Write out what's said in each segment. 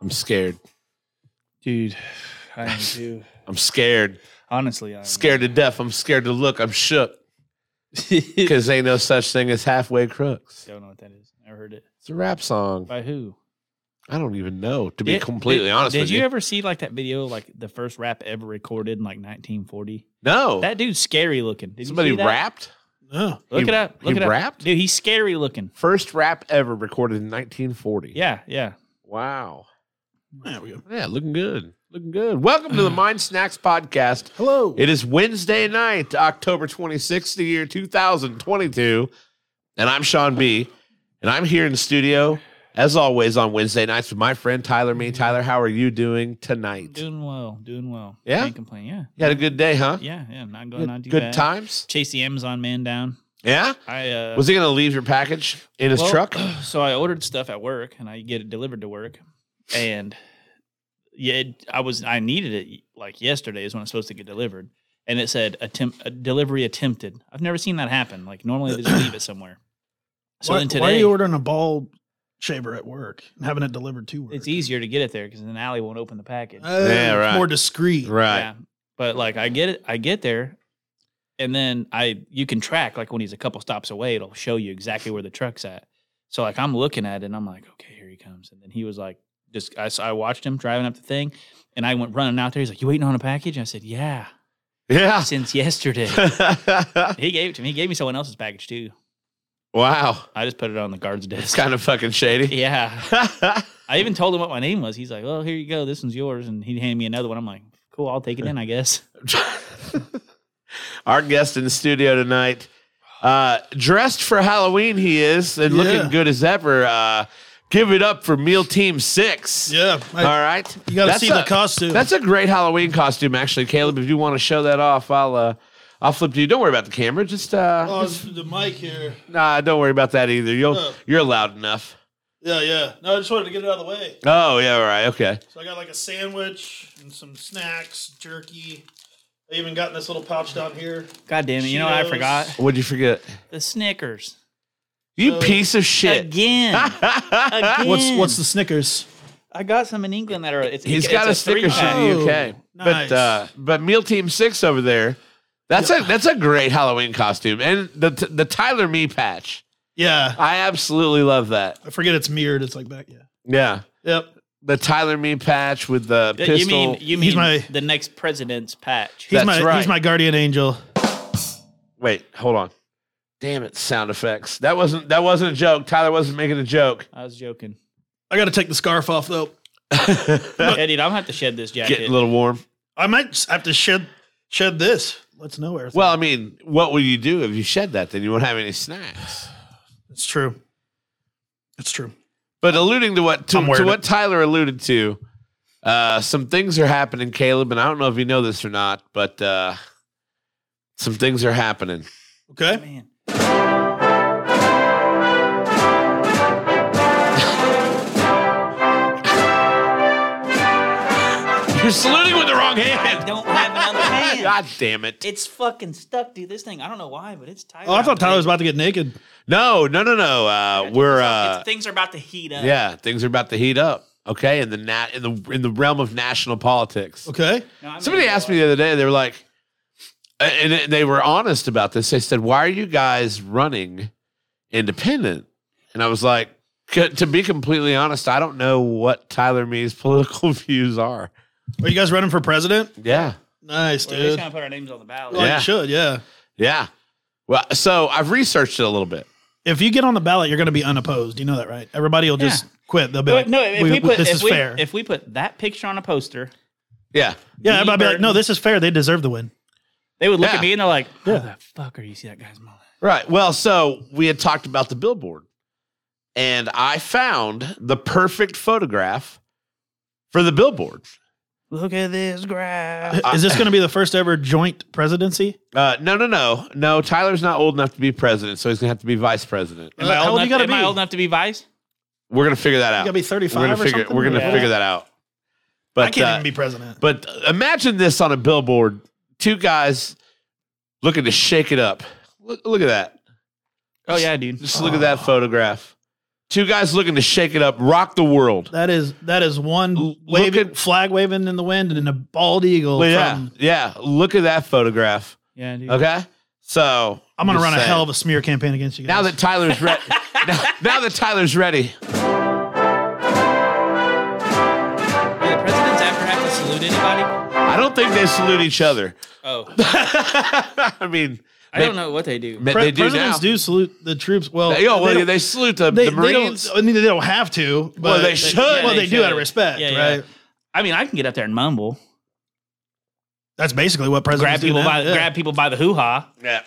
I'm scared. dude. I am too. I'm scared. Honestly, I'm Scared to death. I'm scared to look. I'm shook because ain't no such thing as halfway crooks. Don't know what that is. Never heard it. It's a rap song. By who? I don't even know. To be Did- completely did- honest Did with you, you, ever see like that video, like the first rap ever recorded in like 1940? no. That dude's scary looking. Did you Oh. Somebody see that? rapped. No. Look He- it up. Look he it up. rapped? Dude, he's scary looking. First rap ever recorded in 1940. Yeah, yeah. Wow. There we go. Yeah, looking good. Looking good. Welcome to the Mind Snacks Podcast. Hello. It is Wednesday night, October 26th, the year 2022. And I'm Sean B. And I'm here in the studio, as always, on Wednesday nights with my friend Tyler Me. Tyler, how are you doing tonight? Mm-hmm. Doing well. Doing well. Yeah? Can't complain. Yeah. You had a good day, huh? Yeah, yeah. Not going on Good, too good bad. times? Chase the Amazon man down. Yeah? I uh Was he going to leave your package in his well, truck? So I ordered stuff at work and I get it delivered to work. And yeah, it- I was I needed it like yesterday is when it's supposed to get delivered. And it said attempt uh, delivery attempted. I've never seen that happen. Like normally they just leave it somewhere. So why, then why are today you ordering a ball shaver at work and having it delivered to work? it's easier to get it there because then Allie won't open the package. Oh, Yeah, it's right. More discreet. Right. Yeah. But like I get it, I get there, and then I you can track like when he's a couple stops away, it'll show you exactly where the truck's at. So like I'm looking at it and I'm like, okay, here he comes. And then he was like, just I, so I watched him driving up the thing, and I went running out there. He's like, you waiting on a package? I said, yeah, Yeah. since yesterday. he gave it to me. He gave me someone else's package too. wow. I just put it on the guard's It's desk. kind of fucking shady. yeah, I even told him what my name was. He's like, well, here you go. This one's yours. And he handed me another one. I'm like, cool, I'll take it in, I guess. Our guest in the studio tonight, uh, dressed for Halloween, he is, and Yeah. looking good as ever. Uh, give it up for Meal Team Six. Yeah. I- All right. You got to That's see a, the costume. That's a great Halloween costume, actually, Caleb. If you want to show that off, I'll uh, I'll flip to you. Don't worry about the camera. Just uh, oh, it's the mic here. nah, don't worry about that either. You'll Oh. you're loud enough. Yeah, yeah. No, I just wanted to get it out of the way. Oh yeah, all right, okay. So I got like a sandwich and some snacks, jerky. I even got in this little pouch down here. God damn it! You know what I Cheetos. forgot? What'd you forget? The Snickers. You Uh, piece of shit. Again. Again. What's what's the Snickers? I got some in England that are. It's, He's it's got a, three sticker sheet pack. three-pack. in the UK. Oh, But uh, but Meal Team Six over there, that's a that's a great Halloween costume, and the the Tyler Me patch. Yeah, I absolutely love that. I forget it's mirrored. It's like back. Yeah. Yeah, Yep. the Tyler Me patch with the Yeah, pistol. You mean you mean He's my- the next president's patch? He's That's my right. he's my guardian angel. Wait, hold on. Damn it! Sound effects. That wasn't that wasn't a joke. Tyler wasn't making a joke. I was joking. I got to take the scarf off though. yeah, dude, I'm gonna have to shed this jacket. Getting a little warm. I might s- have to shed shed this. Let's know where. Well, I mean, what will you do if you shed that? Then you won't have any snacks. it's true. It's true. But alluding to what to, I'm wearing to what it. Tyler alluded to, uh, some things are happening, Caleb, and I don't know if you know this or not, but uh, some things are happening. Okay. Man, You're saluting with the wrong I hand. don't have another hand. God damn it! It's fucking stuck, dude. This thing. I don't know why, but it's tight. Oh, I thought out there. Tyler was about to get naked. No, no, no, no. Uh, we're uh, It's- things are about to heat up. yeah, things are about to heat up. Okay, in the nat in the in the realm of national politics. Okay. No, I'm Somebody gonna go asked me the other day, they were like, and and they were honest about this. They said, Why are you guys running independent? And I was like, "C- To be completely honest, I don't know what Tyler Mee's political views are. Are you guys running for president? Yeah. Nice, We're just dude. gonna put our names on the ballot. Well, Yeah. you should. Yeah. Yeah. Well, so I've researched it a little bit. If you get on the ballot, you're going to be unopposed. You know that, right? Everybody will just quit. They'll be like, no, if we, we- put this if is we, fair." If we put that picture on a poster, Yeah. yeah, Lee everybody be like, Burton- no, this is fair. They deserve the win. They would look Yeah. at me and they're like, "How Yeah. the fuck are you see that guy's mullet?" Right. Well, so we had talked about the billboard, and I found the perfect photograph for the billboard. Look at this graph. I- is this going to be the first ever joint presidency? Uh, no, no, no, no. Tyler's not old enough to be president, so he's gonna have to be vice president. Am I old enough- enough, am I Am I old old enough to be vice? We're gonna figure that Uh, You got to out. be We're 35 gonna or figure. something? We're gonna Yeah. figure that out. But I can't uh, even be president. but imagine this on a billboard: two guys looking to shake it up. Look, look at that. Oh yeah, dude. Ah. Just look at that photograph. Two guys looking to shake it up, rock the world. That is that is L- one look waving, at- flag waving in the wind and a bald eagle. yeah, from- yeah. Look at that photograph. Yeah, dude. Okay, so I'm gonna just run a saying. hell of a smear campaign against you guys. Now that Tyler's ready, now, now that Tyler's ready, Do the presidents ever have to salute anybody? I don't think they salute each other. Oh, I mean, I don't know what they do. they, Pre- they do now. presidents do salute the troops. Well, They- oh, well, they, don't- salute the, they, the they Marines. don't. I mean, they don't have to. But Well, they should. Well, Yeah, they, they do out of should. respect, Yeah, yeah. right? I mean, I can get up there and mumble, That's basically what grab presidents people do now, by yeah. grab people by the hoo ha. yeah.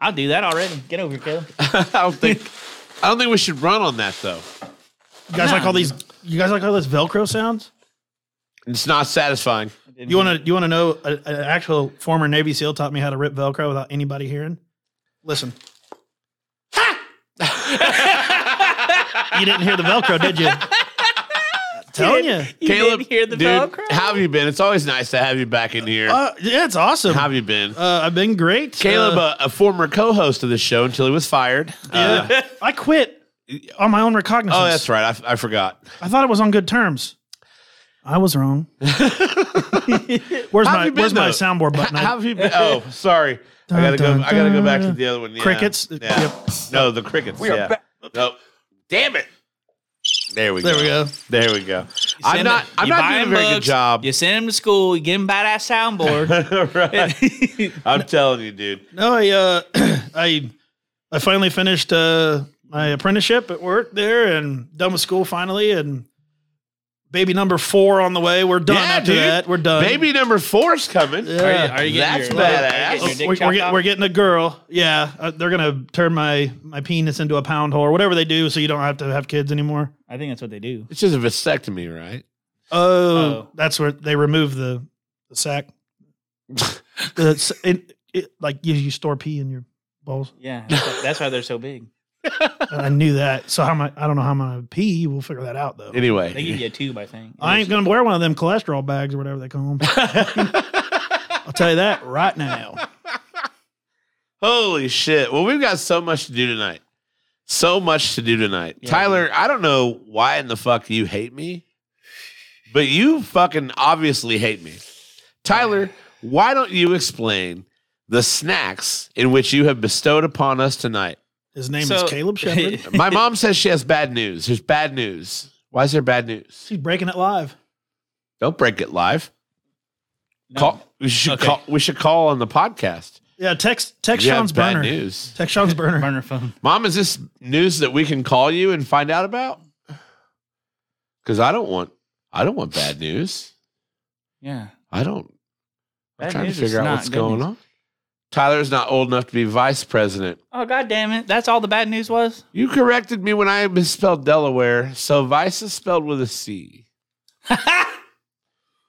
I'll do that already. Get over here, Caleb. I don't think. I don't think we should run on that though. You guys like all these? You guys like all this Velcro sounds? It's not satisfying. You want to? You want to know? a- An actual former Navy SEAL taught me how to rip Velcro without anybody hearing. Listen. you didn't hear the Velcro, did you? Telling you. You didn't hear the dude, Velcro? how have you been? It's always nice to have you back in here. Uh, yeah, it's awesome. how have you been? Uh, I've been great. Caleb, Uh, a, a former co-host of this show until he was fired. Uh, yeah. I quit on my own recognizance. oh, that's right. I f- I, forgot. I thought it was on good terms. I was wrong. where's How have my you been, Where's my though? soundboard button? How I- have you been? Oh, sorry. I gotta go. I gotta go back to the other one. Yeah. Crickets? Yeah. Yep. No, the crickets. We yeah. Nope. Damn it. There we there go. we go. There we go. I'm Send not. them- I'm you not buy doing a them very good books, job. You send them to school. You get them by that soundboard. right. I'm telling you, dude. No, I uh, I I finally finished uh, my apprenticeship at work there and done with school finally and baby number four on the way. We're done Yeah, after dude. that. We're done. Baby number four's coming. Yeah. Uh, Are you, are you getting That's your, badass. Are you getting Oh, your we- dick we're, chopped get- off? we're getting a girl. Yeah, uh, they're gonna turn my my penis into a pound hole or whatever they do, so you don't have to have kids anymore. I think that's what they do. It's just a vasectomy, right? Oh, that's where they remove the, the sack. The s- it- it- like you, you store pee in your balls. Yeah, that's, that's why they're so big. I knew that. So how am I? I don't know how I'm gonna pee. We'll figure that out though. Oh, They give Anyway. you a tube, I think. I ain't gonna wear one of them cholesterol bags or whatever they call them. I'll tell you that right now. Holy shit. Well, we've got so much to do tonight. So much to do tonight. Yeah. Tyler, I don't know why in the fuck you hate me, but you fucking obviously hate me. Tyler, why don't you explain the snacks in which you have bestowed upon us tonight? His name So- is Caleb Shepard. My mom says she has bad news. There's bad news. Why is there bad news? He's breaking it live. Don't break it live. No. Call, we should Okay. call. We should call on the podcast. Yeah, text text You have Sean's bad burner. news. Text Sean's burner. burner phone. Mom, is this news that we can call you and find out about? Because I don't want, I don't want bad news. Yeah. I don't. I'm Bad trying to news is figure out not what's good going news. on. Tyler's not old enough to be vice president. Oh god damn it! That's all the bad news was. You corrected me when I misspelled Delaware, so vice is spelled with a C.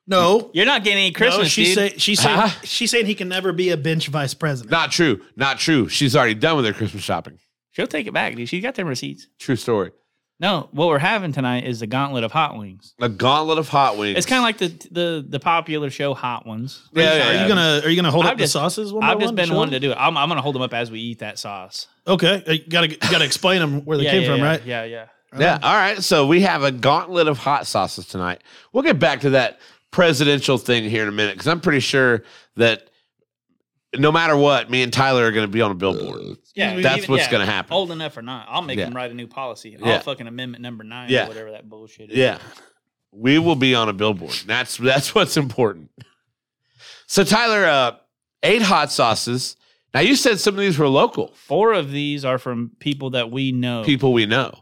No, You're not getting any Christmas, no, she's dude. saying she's saying Huh? she's saying he can never be a bench vice president. Not true. Not true. She's already done with her Christmas shopping. She'll take it back, dude. She got them receipts. True story. No, what we're having tonight is the gauntlet of hot wings. A gauntlet of hot wings. It's kind of like the the the popular show Hot Ones. Yeah, yeah, are yeah. you gonna are you gonna hold I've up just- the sauces? One I've by just one been Sean? wanting to do it. I'm, I'm gonna hold them up as we eat that sauce. Okay, uh, you gotta you gotta explain them where they yeah, came yeah, from, yeah, right? Yeah, yeah. Yeah. All right. So we have a gauntlet of hot sauces tonight. We'll get back to that presidential thing here in a minute because I'm pretty sure that no matter what, me and Tyler are going to be on a billboard. Yeah, That's what's yeah, gonna happen. Old enough or not, I'll make Yeah. them write a new policy. I'll Yeah. fucking amendment number nine Yeah. or whatever that bullshit is. Yeah. We will be on a billboard. That's that's what's important. So Tyler, uh, eight hot sauces. Now you said some of these were local Four of these are from people that we know. people we know.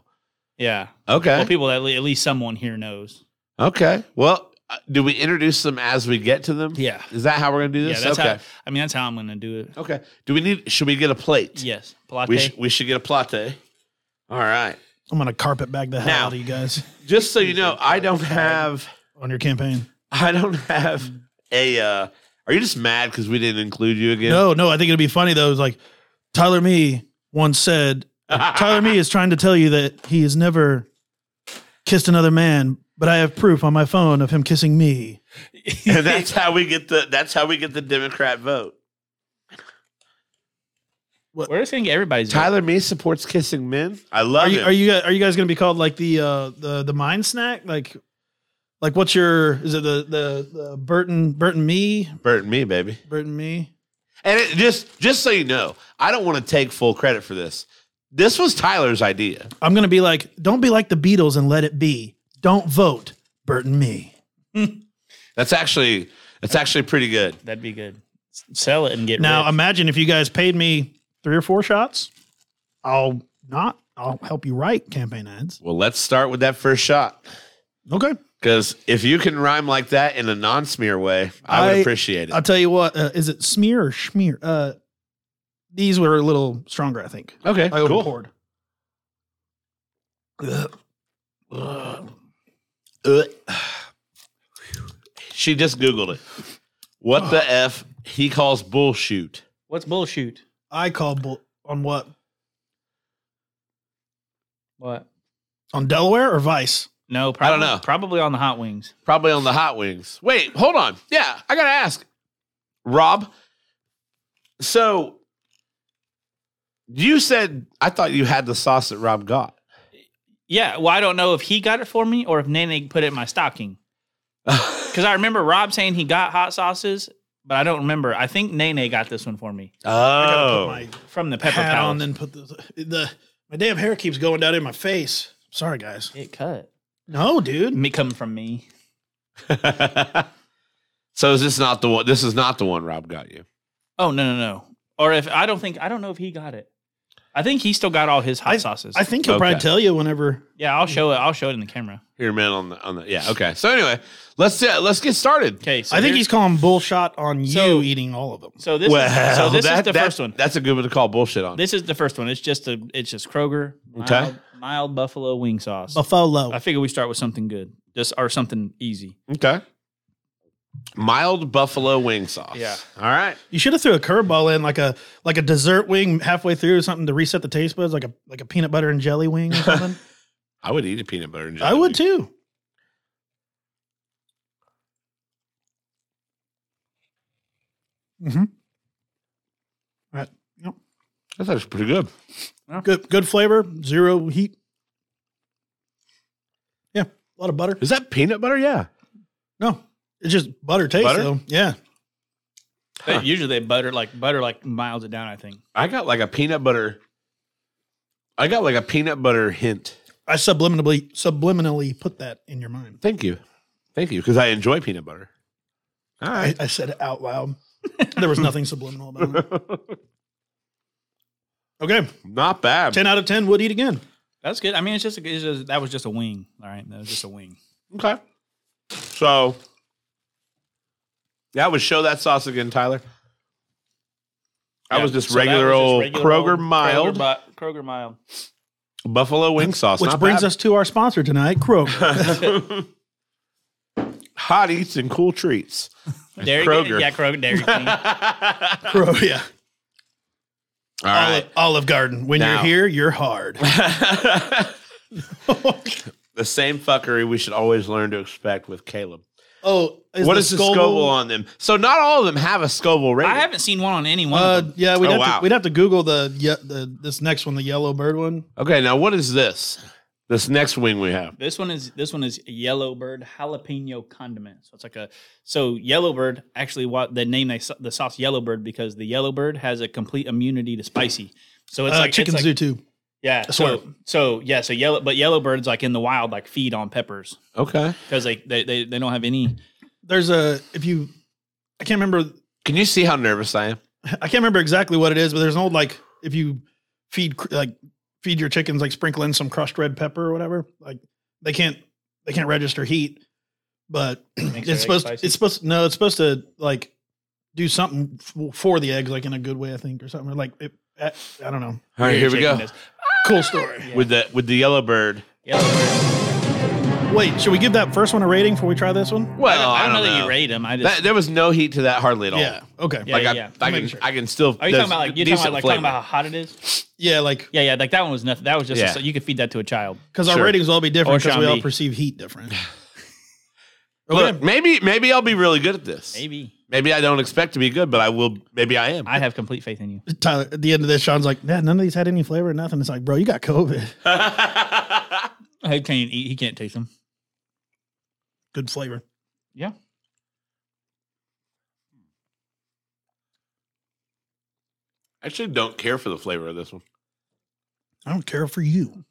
Yeah. Okay. Well, people that le- at least someone here knows. okay. Well, uh, do we introduce them as we get to them? Yeah. Is that how we're going to do Yeah, this? that's okay. how I mean that's how I'm gonna do it. okay. Do we need? Should we get a plate? Yes. Pilate. We, sh- we should get a platte. All right. I'm gonna carpet bag the hell Now. out of you guys Just so you know, I don't have. on your campaign. I don't have a. Uh, are you just mad because we didn't include you again? No, no, I think it'd be funny though. It's like Tyler Me once said, Tyler Me is trying to tell you that he has never kissed another man, but I have proof on my phone of him kissing me. and that's how we get the. That's how we get the Democrat vote. What- We're just gonna get everybody's vote. Tyler Me supports kissing men. I love Are you, him. are you guys, are you guys going to be called like the uh, the the mind snack? Like like what's your is it the the, the Burton Burton me Bert and me, baby. Burton me? And it just just so you know, I don't want to take full credit for this. This was Tyler's idea. I'm going to be like don't be like the Beatles and let it be. Don't vote Burton me. That's actually that's actually pretty good. That'd be good. S- Sell it and get Now rich. imagine if you guys paid me three or four shots. I'll not. I'll help you write campaign ads. Well, let's start with that first shot. Okay. Because if you can rhyme like that in a non smear way, I would I- appreciate it. I'll tell you what. Uh, is it smear or schmear? Uh, these were a little stronger, I think. okay, I cool. overpoured. Ugh. Ugh. Ugh. She just Googled it. What the F he calls bullshit. What's bullshit? I call bull on what? What? On Delaware or Vice? No, I don't probably, know. Probably on the hot wings. Probably on the hot wings. Wait, hold on. Yeah, I gotta ask. Rob, so you said I thought you had the sauce that Rob got. Yeah. Well, I don't know if he got it for me or if Nene put it in my stocking. Because I remember Rob saying he got hot sauces, but I don't remember. I think Nene got this one for me I gotta put Oh, my from the Pepper hat Palace. on, then put the, the my damn hair keeps going down in my face. Sorry, guys. it cut. No, dude. Me coming from me. so is this not the one? This is not the one Rob got you. Oh no no no. Or if I don't think I don't know if he got it. I think he still got all his hot sauces. I think he'll probably Okay. tell you whenever. yeah, I'll show it. I'll show it in the camera. Here, man, on the on the yeah. Okay, so anyway, let's uh, let's get started. Okay. So I think here's- he's calling bullshot on you So- eating all of them. So this. is, so this is that- the that- first one. That's a good one to call bullshit on. This is the first one. It's just a. It's just Kroger. Mild, Okay. Mild buffalo wing sauce. Buffalo. I figure we start with something good, just or something easy. Okay. Mild buffalo wing sauce. Yeah. All right. You should have threw a curveball in, like a like a dessert wing halfway through, or something to reset the taste buds, like a like a peanut butter and jelly wing or something. I would eat a peanut butter and jelly. I would wing. too. Mm-hmm. Right. Yep. That's actually pretty good. Good. Good flavor. Zero heat. Yeah. A lot of butter. Is that peanut butter? Yeah. No, it's just butter taste Butter? though. Yeah. They- Huh. Usually they butter like butter like miles it down. I think. I got like a peanut butter. I got like a peanut butter hint. I subliminally subliminally put that in your mind. Thank you. Thank you. Because I enjoy peanut butter. All I, right. I said it out loud. there was nothing subliminal about it. Okay. Not bad. 10 out of 10 would eat again. That's good. I mean, it's just, a, it's just that was just a wing. All right, that was just a wing. Okay. So yeah, I would show that sauce again, Tyler. I Yeah, was just so that regular was just old regular Kroger old mild Kroger, bu- Kroger mild. buffalo wing sauce, Which not brings bad. us to our sponsor tonight, Kroger. hot eats and cool treats. Dairy, Kroger. yeah, Kroger Dairy King. Kroger, yeah. All Olive, right. Olive Garden. When Now. you're here, you're hard. the same fuckery we should always learn to expect with Caleb. oh, what is the Scoville on them? So not all of them have a Scoville rating. I haven't seen one on any one. Uh, of them. yeah, we'd, Oh, have wow. to, we'd have to Google the, ye- the this next one, the yellow bird one. Okay, now what is this? This next wing we have. This one is this one is Yellowbird jalapeno condiment. So it's like a so Yellowbird actually what the name they s- the sauce Yellowbird because the Yellowbird has a complete immunity to spicy. So it's Uh, like Chicken it's Zoo like, too. Yeah. swear. So so yeah. So yellow, but Yellowbirds like in the wild like feed on peppers Okay. because they, they they they don't have any. There's a if you, I can't remember. Can you see how nervous I am? I can't remember exactly what it is, but there's an old like if you feed cr- like feed your chickens like sprinkle in some crushed red pepper or whatever. Like they can't they can't register heat, but Makes it's their eggs supposed spicy. it's supposed no it's supposed to like do something f- for the eggs like in a good way I think or something or like it, I, I don't know. All right, Your here we chicken go. is- Cool story. Yeah. With the with the yellow bird. Yellowbird. Wait, should we give that first one a rating before we try this one? Well, I, I don't, don't, know, that you know. rate them. I just That, there was no heat to that hardly at all. Yeah. Okay. Yeah. Like I, I Make can sure. I can still. Are you talking there's about like you're talking decent about like flavor. talking about how hot it is? Yeah, like Yeah, yeah. Like that one was nothing. That was just Yeah. a, you could feed that to a child. because our Sure. ratings will all be different Or because we all Shambi. perceive heat different. Look, maybe maybe I'll be really good at this. Maybe Maybe I don't expect to be good, but I will. Maybe I am. I have complete faith in you. Tyler, at the end of this, Sean's like, "Nah, none of these had any flavor, nothing." It's like, bro, you got COVID. He can't eat. He can't taste them. Good flavor. Yeah. actually don't care for the flavor of this one. I don't care for you.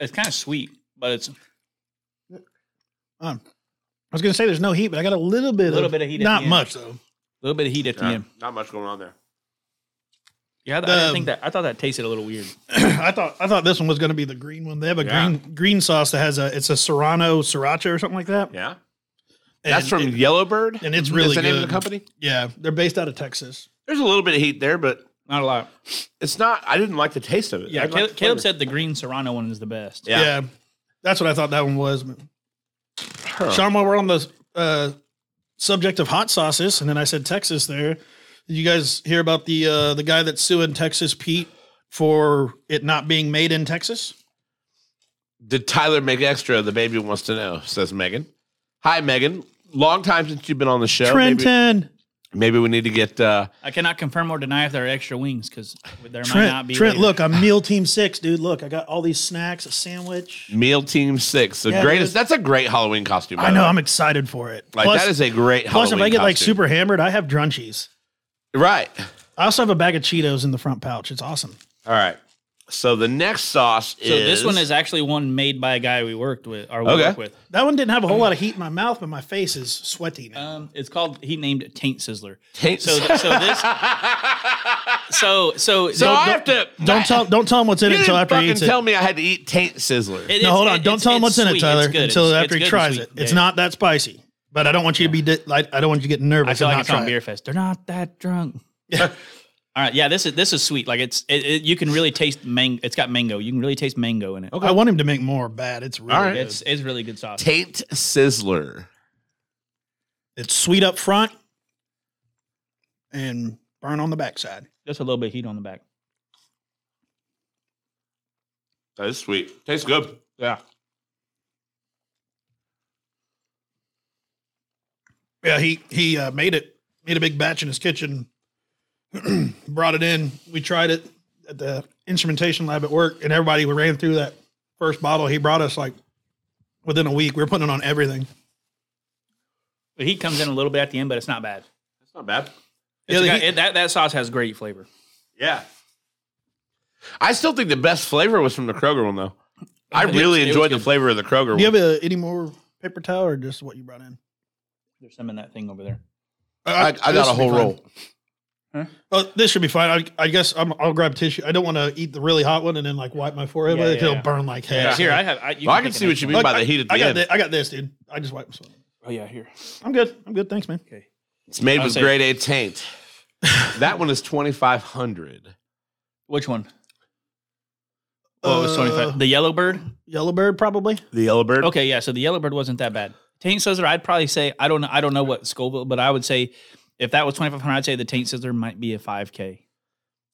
It's kind of sweet, but it's Um, I was gonna say there's no heat, but I got a little bit. a little of, bit of heat. at the Not end. much though. A little bit of heat at the end. not much going on there. Yeah, I, I didn't Um, think that. I thought that tasted a little weird. I thought I thought this one was gonna be the green one. They have a Yeah. green green sauce that has a it's a Serrano sriracha or something like that. Yeah, And that's from it- Yellowbird. and it's Is really the name of the good. company. yeah. They're based out of Texas. There's a little bit of heat there, but Not a lot. it's not. I didn't like the taste of it. Yeah, I liked Caleb, the Caleb flavor. said the green Serrano one is the best. Yeah. that's what I thought that one was. but- Huh. Sean, while we're on the uh, subject of hot sauces, and then I said Texas there. Did you guys hear about the uh, the guy that's suing Texas Pete for it not being made in Texas? Did Tyler make extra? The baby wants to know, says Megan. Hi, Megan. Long time since you've been on the show. Maybe, Trenton, maybe we need to get. Uh, I cannot confirm or deny if there are extra wings because there might not Trent, be. Trent, later. look, I'm meal team six, dude. Look, I got all these snacks, a sandwich. Meal Team Six, the Yeah, greatest. dude. That's a great Halloween costume. by I the know, way. I'm excited for it. like plus, that is a great. plus if Halloween I get like costume. super hammered, I have drunchies. right. I also have a bag of Cheetos in the front pouch. It's awesome. All right. So the next sauce is. So this one is actually one made by a guy we worked with or we Okay. work with. That one didn't have a whole lot of heat in my mouth, but my face is sweaty Uh, now. Um, it's called. He named it Taint Sizzler. Taint- So th- so this so so So I have to. don't tell don't tell him what's in You it didn't until after he fucking eats it. tell me I had to eat Taint Sizzler. It is- no, hold it- on. Don't it's- tell him what's it's in it, sweet. Tyler, It's good. until It's- it's after good he and tries sweet. it. It's Yeah. not that spicy, but I don't want you to be. Di- I, I don't want you to get I nervous. feel like and not it's on try Beer it. Fest. They're not that drunk. Yeah. All right. Yeah. This is this is sweet. Like it's it, it, you can really taste mango. It's got mango. You can really taste mango in it. I want him to make more bad. It's really All right. good. It's it's really good sauce. Taint Sizzler. It's sweet up front and burn on the backside. Just a little bit of heat on the back. That is sweet. Tastes good. Yeah. Yeah, he he uh, made it. Made a big batch in his kitchen. brought it in. We tried it at the instrumentation lab at work, and everybody we ran through that first bottle he brought us like within a week. We were putting it on everything. The heat comes in a little bit at the end, but it's not bad. That's not bad. It's Yeah, the got- heat- it- that that sauce has great flavor. Yeah. I still think the best flavor was from the Kroger one though. I It was- really it was enjoyed the good. flavor of the Kroger Do one. you have uh any more paper towel or just what you brought in? There's some in that thing over there. I, I Uh, this got a should be whole fine. roll. Oh, this should be fine. I, I guess I'm, I'll grab tissue. I don't want to eat the really hot one and then like wipe my forehead Yeah, with it. yeah, 'cause It'll yeah. burn like hell. Here I have. I, you Well, I can take see what you an extra mean one. by the heat at the I got end. thi- I got this, dude. I just wiped. some. Oh yeah, here. I'm good. I'm good. Thanks, man. Okay. It's made I'll with say- grade A taint. that one is twenty five hundred. Which one? Oh, it was Uh, 25. The yellow bird? Yellowbird, probably. The Yellowbird. Okay, yeah. So the yellow bird wasn't that bad. Taint scissor, I'd probably say I don't know. I don't know what Scoville, but I would say if that was twenty five hundred, I'd say the taint scissor might be a five k.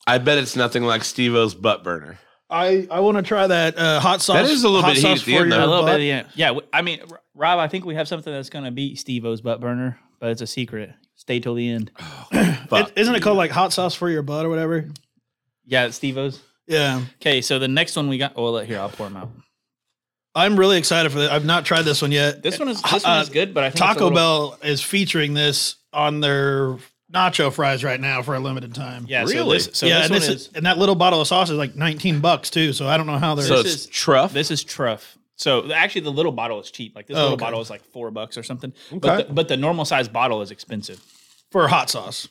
I bet it's nothing like Steve O's butt burner. I, I want to try that uh, hot sauce. is a little hot bit heat sauce at the end, for though. A your little butt. bit, yeah. Yeah, w- I mean, R- Rob, I think we have something that's going to beat Steve O's butt burner, but it's a secret. Stay till the end. Fuck. It, isn't it called like hot sauce for your butt or whatever? Yeah, Steve O's. Yeah. Okay, so the next one we got. Oh, let- here I'll pour them out. I'm really excited for that. I've not tried this one yet. This one is this this one one Uh, is is good, but I think Taco Bell is featuring this on their nacho fries right now for a limited time. Yeah, so Really? this, so yeah, this and, one this is, is, and that little bottle of sauce is like 19 bucks too. So I don't know how they're. so this it's is- truff. This is truff. So th- actually, the little bottle is cheap. Like this Oh, little okay. bottle is like four bucks or something. Okay. But, the, but the normal size bottle is expensive. for hot sauce.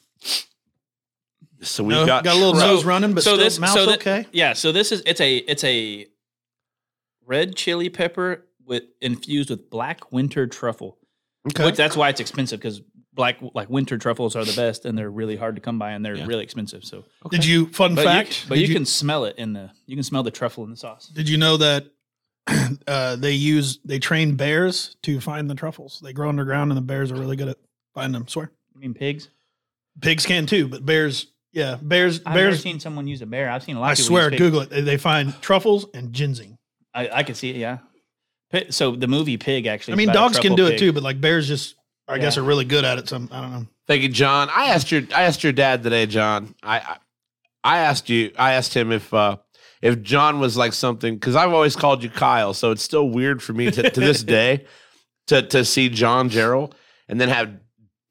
so we've No, got, got, a little truff. nose running, but so still this, mouth's so thi- okay. Yeah. So this is it's a it's a red chili pepper with infused with black winter truffle. Okay. Which that's why it's expensive because black like winter truffles are the best and they're really hard to come by and they're really expensive. So, Did you? Fun but fact. you, but did you, can smell it in the you can smell the truffle in the sauce. Did you know that uh, they use they train bears to find the truffles? They grow underground, and the bears are really good at finding them. Swear, I mean pigs. pigs can too, but bears, yeah, bears, I've never bears. seen someone use a bear. I've seen a lot. I of people swear, use pigs. Google it. They, they find truffles and ginseng. I, I can see it. Yeah. Pi- So the movie Pig actually. I is mean, about a dogs can truffle do it pig. too, but like bears just I guess are really good at it. Some I don't know. Thank you, John. I asked your I asked your dad today, John. I I, I asked you I asked him if uh if John was like something because I've always called you Kyle, so it's still weird for me to, to this day to to see John Gerald and then have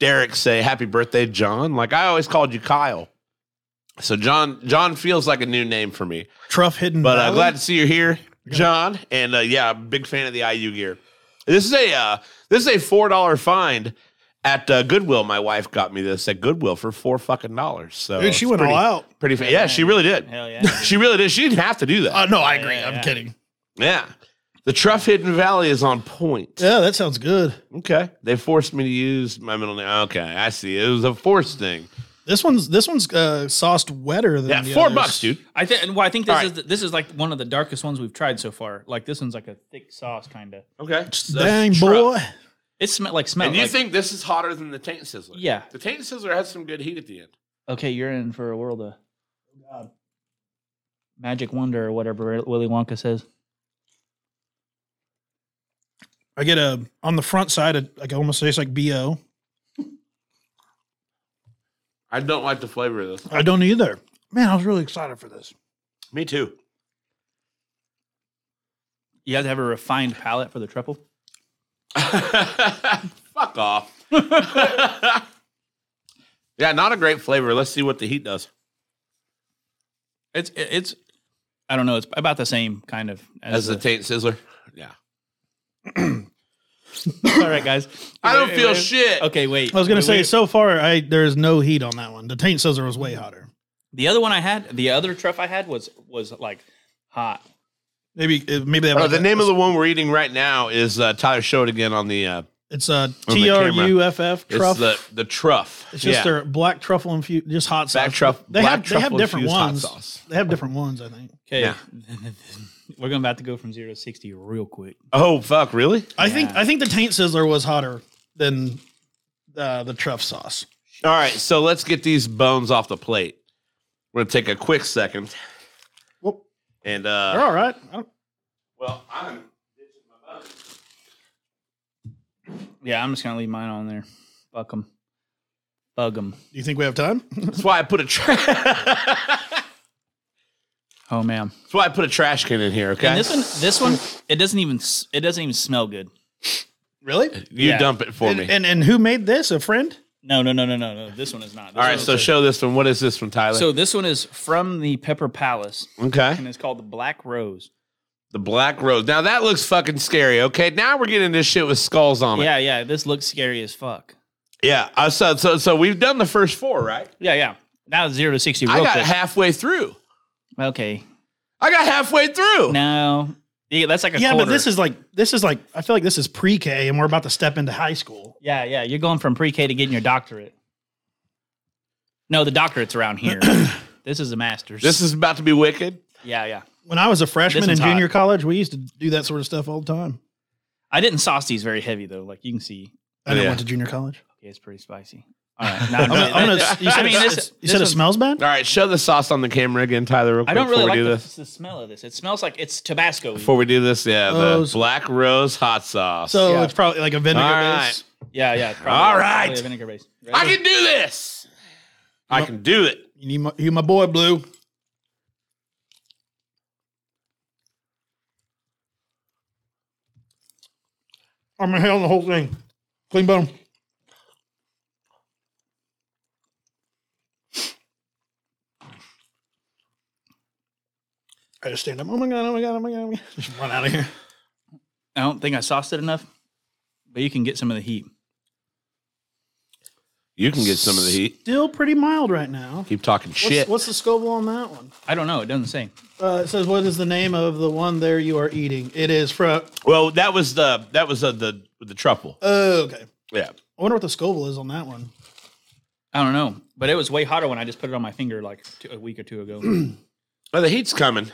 Derek say Happy Birthday, John. Like I always called you Kyle. So John John feels like a new name for me. Truff hidden. But uh, Valley? glad to see you're here, John. And uh, yeah, big fan of the IU gear. This is a uh, this is a four dollar find at uh, Goodwill. My wife got me this at Goodwill for four fucking dollars. So dude, she it's went pretty, all out. Pretty, fa- yeah, she really did. Hell yeah. She really did. She didn't have to do that. Uh, no, I agree. Yeah, I'm yeah. kidding. yeah, the Truff Hidden Valley is on point. Yeah, that sounds good. Okay, they forced me to use my middle name. Okay, I see. It was a forced thing. This one's this one's uh, sauced wetter than Yeah, the four others. bucks, dude. I think. Well, I think this All right. is the, this is like one of the darkest ones we've tried so far. Like this one's like a thick sauce kind of. Okay, Dang Truff. boy. It smell like smell. And you like- think this is hotter than the Taint Sizzler? Yeah. the Taint Sizzler has some good heat at the end. Okay, you're in for a world of magic wonder or whatever Willy Wonka says. I get a on the front side. It like almost tastes like bo. I don't like the flavor of this. I don't either. Man, I was really excited for this. Me too. You have to have a refined palate for the triple. Fuck off. yeah, not a great flavor. Let's see what the heat does. It's it's. I don't know. It's about the same kind of As the taint sizzler. Yeah. All right, guys. I don't Wait, feel wait. shit. Okay, wait. I was gonna Wait, say wait. so far, I there is no heat on that one. The taint scissor was way hotter. the other one I had, the other truff I had was was like hot. Maybe uh, maybe they have Uh, like the a- name of the one we're eating right now is uh, Tyler showed again on the uh, It's a the T R U F F it's truff. the the truff. It's just yeah. their black truffle infused, just hot sauce. Black truff- They black have they have truffle different infused hot ones. sauce. They have different ones. I think. Okay, Yeah. we're going about to go from zero to sixty real quick. Oh fuck, really? I think I think the taint sizzler was hotter than uh, the truff sauce. All right, so let's get these bones off the plate. We're gonna take a quick second. Well, And they're uh all right. I don't, well I'm Yeah, I'm just gonna leave mine on there. Fuck them, bug them. do you think we have time? that's why I put a tra- Oh man, That's why I put a trash can in here. Okay, and this one, this one, it doesn't even s- it doesn't even smell good. really? you yeah. dump it Uh, for And, me. and and who made this? A friend? No, no, no, no, no, no. This one is not. This All right, one so is- show this one. What is this one, Tyler? so this one is from the Pepper Palace, okay, and it's called the Black Rose. the black rose. Now that looks fucking scary. Okay, now we're getting this shit with skulls on it. Yeah, yeah. This looks scary as fuck. yeah. I so so so we've done the first four, right? Yeah, yeah. Now it's zero to sixty real I got quick. halfway through. okay. I got halfway through. No. Yeah, that's like a Yeah, but quarter. this is like this is like I feel like this is pre-K, and we're about to step into high school. Yeah, yeah. You're going from pre-K to getting your doctorate. No, the doctorate's around here. this is a master's. This is about to be wicked. yeah, yeah. When I was a freshman in one's hot. junior college, we used to do that sort of stuff all the time. I didn't sauce these very heavy though. Like you can see, I didn't Yeah. went to junior college. okay, it's pretty spicy. All right. Now, I'm gonna, I'm gonna, you said, I mean, it- this, you this said it is- smells bad. All right, show the sauce on the camera again, Tyler. Real quick I don't really before like we do the, this. the smell of this. It smells like it's Tabasco. Before we do this, yeah, Rose. the black rose hot sauce. So Yeah. it's probably like a vinegar All base. yeah, yeah. Probably, All right. probably a vinegar base. I can do this. I can do it. You need my, you my boy blue. I'm inhaling the whole thing. Clean bone. I just stand up. Oh my god! Oh my god! Oh my god! Oh my god. Just run out of here. I don't think I sauced it enough, but you can get some of the heat. You can get some of the heat. Still pretty mild right now. Keep talking What's, shit. what's the Scoville on that one? I don't know. It doesn't say. Uh, it says, "What is the name of the one there you are eating?" It is from. Well, that was the that was uh, the the truffle. Oh, okay. Yeah. I wonder what the Scoville is on that one. I don't know, but it was way hotter when I just put it on my finger like two, a week or two ago. Well, the heat's coming.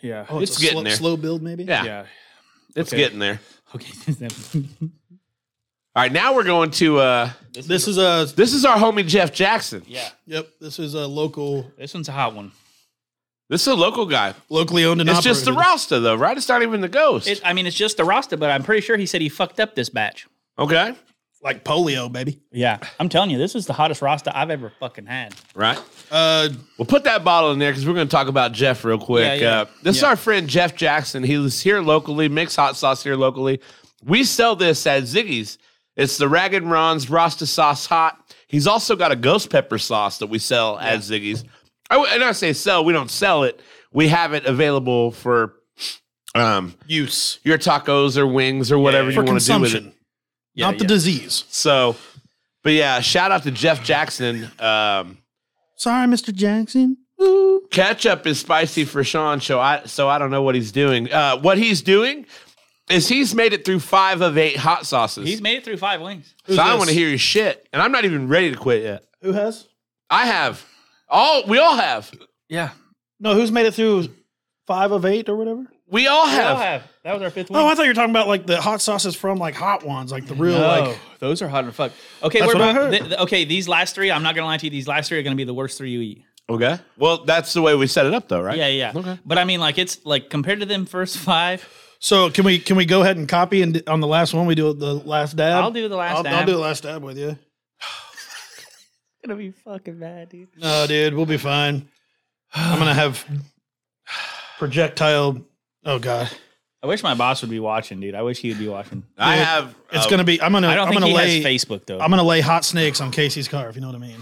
yeah. Oh, It's a getting slow, there. slow build, maybe. Yeah, yeah. it's okay. getting there. Okay. All right, now we're going to. uh This is a This is our homie Jeff Jackson. yeah. yep. This is a local, This one's a hot one. This is a local guy. locally owned and It's just the operated. Rasta, though, right? It's not even the ghost. It, I mean, it's just the Rasta, but I'm pretty sure he said he fucked up this batch. okay. like polio, baby. Yeah, I'm telling you, this is the hottest Rasta I've ever fucking had. right? Uh, Well, put that bottle in there because we're going to talk about Jeff real quick. Yeah, yeah. Uh, this is Yeah. our friend Jeff Jackson. He was here locally, makes hot sauce here locally. We sell this at Ziggy's. It's the Ragged Ron's Rasta Sauce Hot. He's also got a ghost pepper sauce that we sell at Ziggy's. I, w- and I say sell, we don't sell it. We have it available for um, use your tacos or wings or whatever for you want to do with it. consumption, not the disease. So, but yeah, shout out to Jeff Jackson. Um, Sorry, Mr. Jackson. ketchup is spicy for Sean, so I so I don't know what he's doing. Uh, what he's doing is he's made it through five of eight hot sauces. He's made it through five wings. so I this? want to hear your shit, and I'm not even ready to quit yet. Who has? I have all we all have Yeah, No, who's made it through five of eight or whatever? we all we all have. have. That was our fifth wing. Oh, I thought you were talking about like the hot sauces from like hot ones, like the real No, like. those are hot as fuck. Okay, That's we're what I about, heard. th- th- okay, these last three, I'm not gonna lie to you, these last three are gonna be the worst three you eat. Okay, well that's the way we set it up though, right? Yeah, yeah. Okay. But I mean, like it's like compared to them first five, So can we can we go ahead and copy and d- on the last one we do the last dab? I'll do the last I'll, dab. I'll do the last dab with you. gonna be fucking bad, dude. No, dude, we'll be fine. I'm gonna have projectile. Oh god, I wish my boss would be watching, dude. I wish he would be watching. I Dude, have. it's uh, gonna be. I'm gonna. Oh. I don't I'm think gonna he lay. has Facebook though. I'm gonna lay hot snakes on Casey's car. If you know what I mean.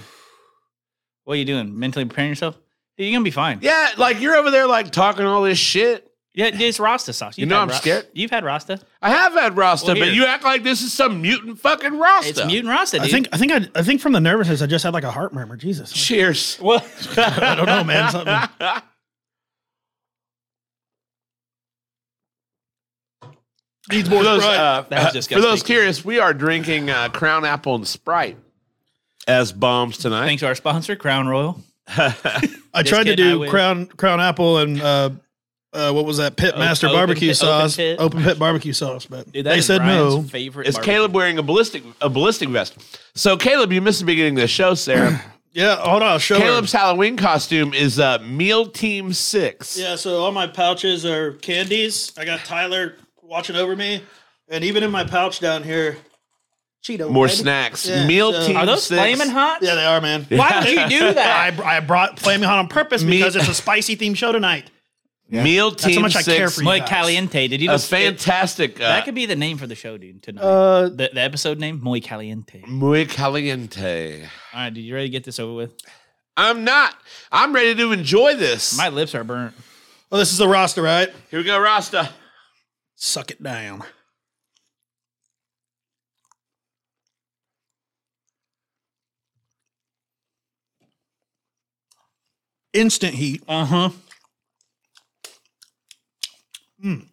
what are you doing? Mentally preparing yourself? Dude, you're gonna be fine. Yeah, like you're over there like talking all this shit. Yeah, dude, it's Rasta sauce. You You've know had I'm Ras- scared. You've had Rasta. I have had Rasta, Well, but here. you act like this is some mutant fucking Rasta. It's mutant Rasta, dude. I think. I think. I, I think from the nervousness, I just had like a heart murmur. Jesus. Cheers. Well, I don't know, man. Something. Needs more For those, Sprite. uh, That was uh, for disgusting. those curious, we are drinking uh, Crown Apple and Sprite as bombs tonight. thanks to our sponsor, Crown Royal. I Just tried kidding, to I do win. crown crown apple and uh, uh, what was that pit O- master open barbecue pit- open sauce, open pit. pit. barbecue sauce, but Dude, that they is said Ryan's no. Favorite Is barbecue. Caleb wearing a ballistic a ballistic vest? So Caleb, you missed the beginning of the show, Sarah. Yeah, hold on, I'll show Caleb's Caleb's. Halloween costume is uh, Meal Team Six. Yeah, so all my pouches are candies. I got Tyler watching over me, and even in my pouch down here, Cheeto More snacks. Yeah, Meal so- Team Are those Six. flaming hot? Yeah, they are, man. Why would you do I, that? I brought Flaming Hot on purpose Me- because it's a spicy themed show tonight. Meal Team how much I Six. care for you. Muy guys. caliente. Did you A know fantastic. Uh, that could be the name for the show, dude? Tonight, Uh, Mm. the, the episode name, Muy caliente. All Muy caliente. right, did you ready to get this over with? I'm not. I'm ready to enjoy this. My lips are burnt. well, this is the roster, right? Here we go, Rasta. Suck it down. Instant heat. Uh Uh-huh. huh.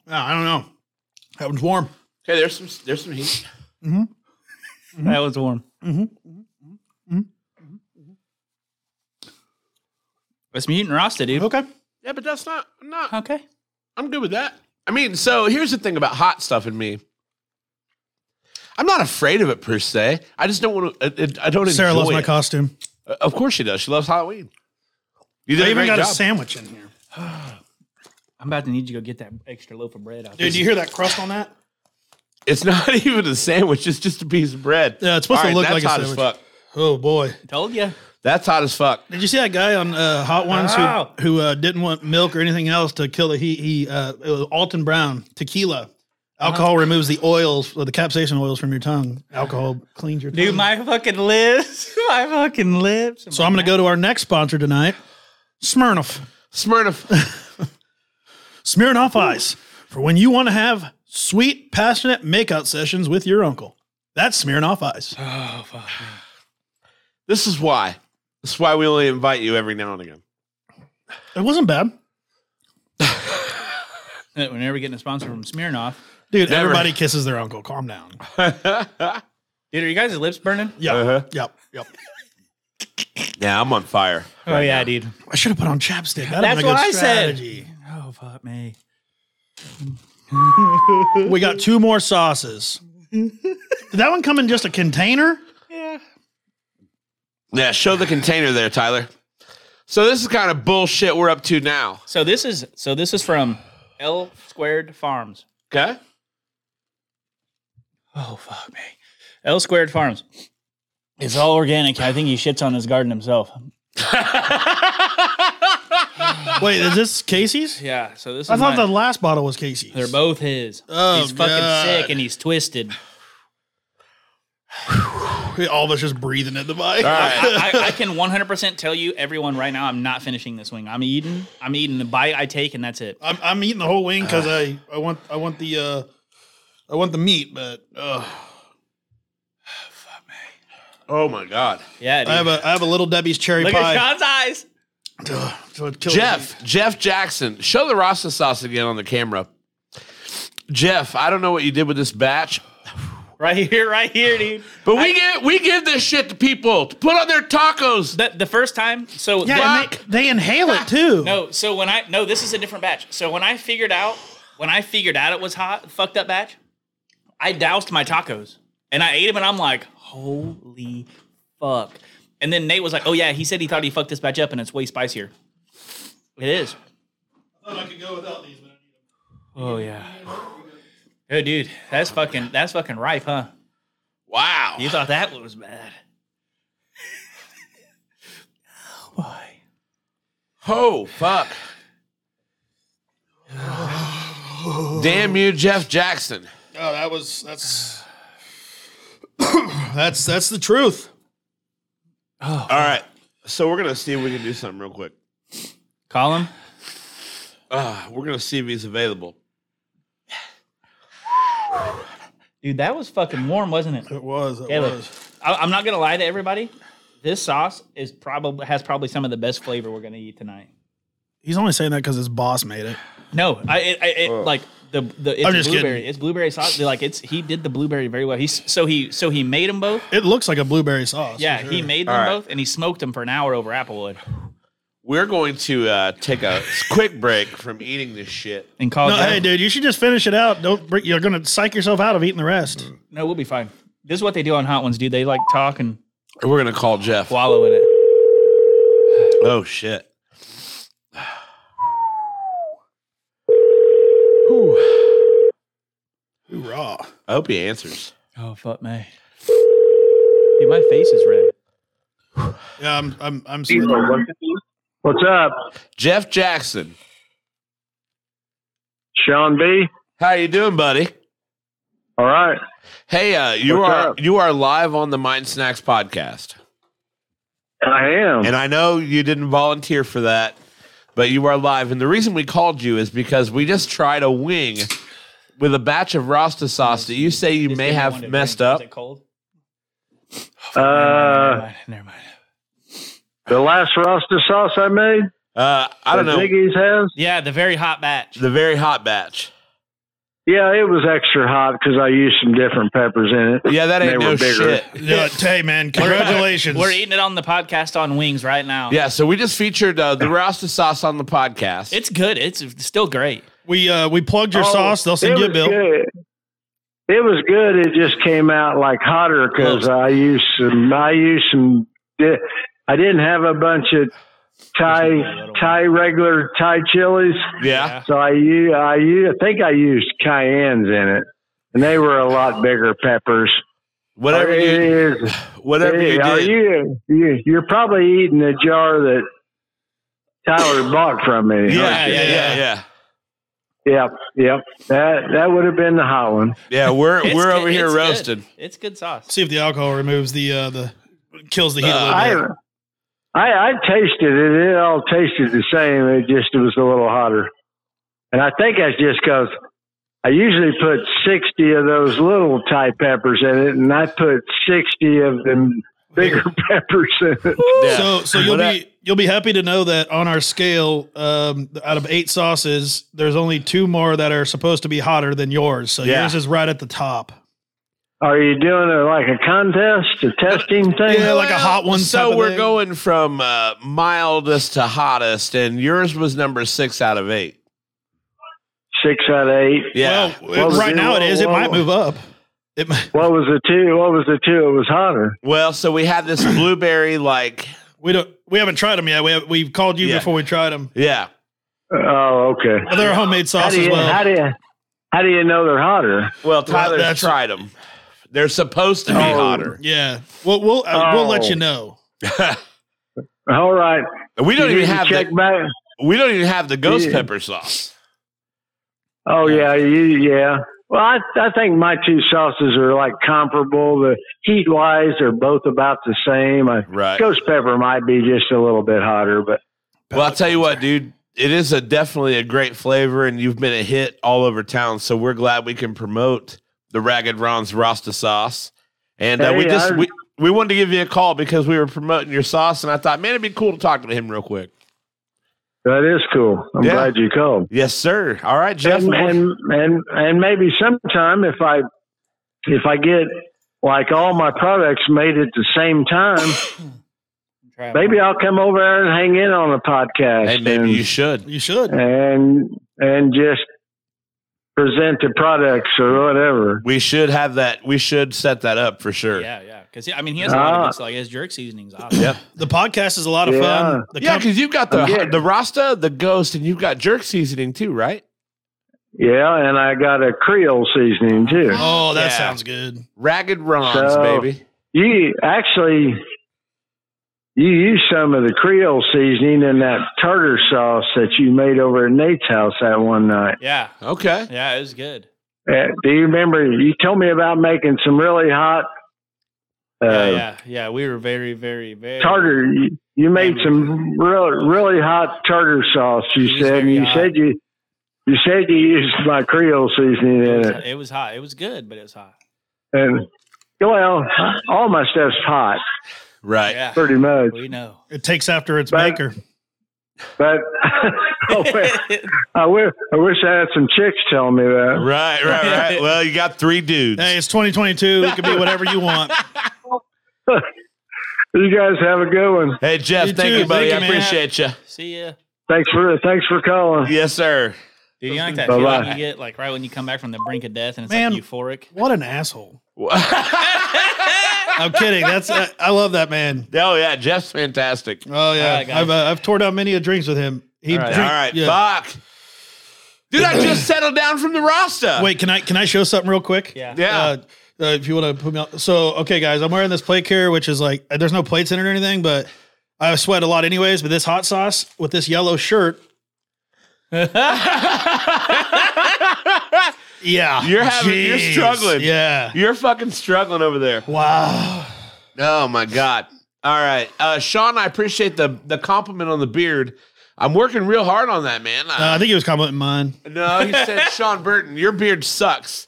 Ah, I don't know. That one's warm. Okay, there's some there's some heat. That was warm. Mm-hmm. Mm-hmm. It's mutant Rasta, dude. Okay. Yeah, but that's not I'm not Okay. I'm good with that. I mean, so here's the thing about hot stuff in me. I'm not afraid of it per se. I just don't want to. It, it- I don't. Sarah enjoy loves my it. costume. Uh, Of course she does. She loves Halloween. You did I a even great got job. a sandwich in here. I'm about to need you to go get that extra loaf of bread out. Dude, do you hear that crust on that? it's not even a sandwich. It's just a piece of bread. Yeah, it's supposed to look that's like a hot as sandwich. fuck. Oh boy. Told you. That's hot as fuck. Did you see that guy on uh, Hot Ones Ow. who who uh, didn't want milk or anything else to kill the heat? He uh, it was Alton Brown tequila. Alcohol removes the oils, or the capsaicin oils from your tongue. Alcohol cleans your tongue. Dude, my fucking lips. My fucking lips. so I'm going to go to our next sponsor tonight, Smirnoff. Smirnoff. Smirnoff Ice for when you want to have sweet, passionate makeout sessions with your uncle. That's Smirnoff Ice. Oh fuck. this is why. This is why we only invite you every now and again. It wasn't bad, We're never getting a sponsor from Smirnoff. dude. Never. Everybody kisses their uncle. Calm down. Dude, are you guys' lips burning? Yeah. Uh-huh. Yep. Yep. Yeah, I'm on fire. Oh yeah, dude. I should have put on chapstick. That'd That's have been a what good I said. strategy. Oh fuck me. We got two more sauces. Did that one come in just a container? Yeah. Yeah, show the container there, Tyler. So this is kind of bullshit we're up to now. So this is so this is from L Squared Farms. Okay. Oh fuck me. L Squared Farms. It's all organic. I think he shits on his garden himself. Wait, is this Casey's? Yeah. So this I is thought my, the last bottle was Casey's. they're both his. Oh, he's fucking God. sick and he's twisted. All of us just breathing in the mic. I, I, I can 100% tell you, everyone, right now, I'm not finishing this wing. I'm eating. I'm eating the bite I take, and that's it. I'm, I'm eating the whole wing because I, I want I want the uh, I want the meat, but uh, oh my god, Yeah. I have Dude. a I have a little Debbie's cherry Look pie. at Sean's eyes. Ugh, so it kills me. Jeff, Jeff Jackson, show the Rasta sauce again on the camera. Jeff, I don't know what you did with this batch, Right here, right here, dude. but we give we give this shit to people to put on their tacos. The, the first time, so the- Yeah, and they, they inhale it too. No, so when I no, this is a different batch. So when I figured out when I figured out it was hot, fucked up batch, I doused my tacos and I ate them, and I'm like, holy fuck! And then Nate was like, oh yeah, he said he thought he fucked this batch up, and it's way spicier. It is. I thought I could go without these, but Oh yeah. Oh dude, that's fucking that's fucking ripe, huh? Wow. You thought that was bad. oh boy. Oh fuck. Damn you, Jeff Jackson. Oh, that was that's that's that's the truth. All right. So we're gonna see if we can do something real quick. Call him. Uh, we're gonna see if he's available. Dude, that was fucking warm, wasn't it? It was. It Caleb, was. I, I'm not gonna lie to everybody. This sauce is probably has probably some of the best flavor we're gonna eat tonight. He's only saying that because his boss made it. No, I it, I, it like the the it's I'm just blueberry. kidding. It's blueberry sauce. Like it's he did the blueberry very well. He's so he so he made them both. It looks like a blueberry sauce. Yeah, for he sure. made them All right. both, and he smoked them for an hour over applewood We're going to uh, take a quick break from eating this shit. and called. No, it. hey, dude, you should just finish it out. Don't bring, you're gonna psych yourself out of eating the rest. no, we'll be fine. This is what they do on hot ones, dude. They like talk and We're gonna call Jeff. wallow in it. Oh shit. Hoorah! I hope he answers. Oh fuck me. Dude, my face is red. Yeah, I'm I'm I'm sitting. What's up, Jeff Jackson. Sean B? How you doing, buddy? All right. Hey, uh, you What's are up? you are live on the Mind Snacks podcast. I am. And I know you didn't volunteer for that, but you are live. And the reason we called you is because we just tried a wing with a batch of Rasta sauce that you say you Just may give me have one to messed drink. Is up. it cold? never Uh, mind. Never mind. the last Rasta sauce I made, Uh, I don't know. that Ziggy's has. Yeah, the very hot batch. The very hot batch. Yeah, it was extra hot because I used some different peppers in it. Yeah, that They ain't were no bigger. shit. Yeah, hey man, congratulations. We're eating it on the podcast on wings right now. Yeah, so we just featured uh, the Rasta sauce on the podcast. It's good. It's still great. we uh we plugged your Oh, sauce. They'll it send you a was bill. good. It was good. It just came out like hotter because Close. I used some. I used some. di- I didn't have a bunch of Thai Thai regular Thai chilies, yeah. so I u- I u- I think I used cayennes in it, and they were a lot bigger peppers. Whatever It you is- whatever Hey, you are did. you, you you're probably eating a jar that Tyler bought from me. huh? yeah, yeah, yeah, yeah. Yep, yep. That that would have been the hot one. Yeah, we're It's we're good- over here it's good. roasted. It's good sauce. See if the alcohol removes the uh the kills the heat. Uh, a I little bit. I I tasted it. It all tasted the same. It just was a little hotter, and I think that's just because I usually put sixty of those little Thai peppers in it, and I put sixty of them bigger peppers in it. Yeah. So so you'll But, uh, be you'll be happy to know that on our scale, um, out of eight sauces, there's only two more that are supposed to be hotter than yours. So Yeah. yours is right at the top. Are you doing a, like a contest, a testing thing? Yeah, like a hot one type So of we're thing. going from uh, mildest to hottest, and yours was number six out of eight. Six out of eight. Yeah, Well, What was right it? now it is. It What- might move up. It might, What was the two? What was the two? It was hotter. Well, so we had this blueberry like we don't. We haven't tried them yet. We have, we've called you Yeah. before we tried them. yeah. Oh, okay. Well, they're a homemade How sauce do as you well. how do you how do you know they're hotter? Well, Tyler's that's- tried them. They're supposed to be Oh. hotter. Yeah. We'll we'll uh, we'll let Oh. you know. All right. we don't You even need to have check the, back. we don't even have the ghost Yeah. pepper sauce. Oh yeah, you, yeah. Well, I I think my two sauces are like comparable. The heat wise, they're both about the same. I, Right. Ghost pepper might be just a little bit hotter, but Well, I'll tell you what, dude. It is a definitely a great flavor, and you've been a hit all over town. So we're glad we can promote the Ragged Ron's Rasta sauce. And uh, we Hey, just I- we, we wanted to give you a call because we were promoting your sauce, and I thought, man, it'd be cool to talk to him real quick. that is cool. I'm Yeah. glad you called. Yes, sir. All right, Jeff. And, we'll- and and and maybe sometime if I if I get like all my products made at the same time, Try it. maybe I'll come over there and hang in on the podcast. hey, maybe and, you should. You should. and and just present the products or whatever. We should have that. We should set that up for sure. Yeah, yeah. Because I mean, he has a lot Ah. of good, like his jerk seasonings. Awesome. Yep. The podcast is a lot of Yeah. fun. The Yeah, com- because you've got the Yeah. the Rasta, the Ghost, and you've got jerk seasoning too, right? Yeah, and I got a Creole seasoning too. oh, that Yeah. sounds good. Ragged Ron's, So- baby. You actually you used some of the Creole seasoning in that tartar sauce that you made over at Nate's house that one night. Yeah, Okay. yeah. It was good. Uh, do you remember? You told me about making some really hot uh, yeah, yeah, yeah. We were very, very, very tartar. You, you made some real, really hot tartar sauce. You It was said, and very you hot. said you you said you used my Creole seasoning It in was, it. it was hot. It was good, but it was hot. And well, all my stuff's hot, Right. Yeah, pretty much. we know. It takes after its But- maker. But oh, well, I wish I wish I had some chicks telling me that. Right, right, right. Well, you got three dudes. Hey, it's 2022. It can be whatever you want. You guys have a good one. Hey, Jeff, You thank too. you, buddy. Thank you, I man. appreciate you. See ya. Thanks for thanks for calling. Yes, sir. Dude, you know, like that Bye-bye. feeling you get like right when you come back from the brink of death and it's Man. like euphoric. What an asshole. oh, I'm kidding. That's I, I love that man. yeah. Jeff's fantastic. All Oh All yeah, right, guys. I've uh, I've tore down many a drinks with him. He right. drink- All right. yeah. Fuck. Dude, I just settled down from the roster. Wait, can I can I show something real quick? Yeah. Yeah. Uh, uh, if you want to put me on. So, okay, guys, I'm wearing this plate here, which is like, uh, there's no plates in it or anything, but I sweat a lot anyways. But this hot sauce with this yellow shirt, yeah. You're having- you're struggling. Yeah. You're fucking struggling over there. Wow. Oh my god. All right. Uh Sean, I appreciate the the compliment on the beard. I'm working real hard on that, man. Uh, I- I think he was complimenting mine. no, he said, Sean Burton, your beard sucks.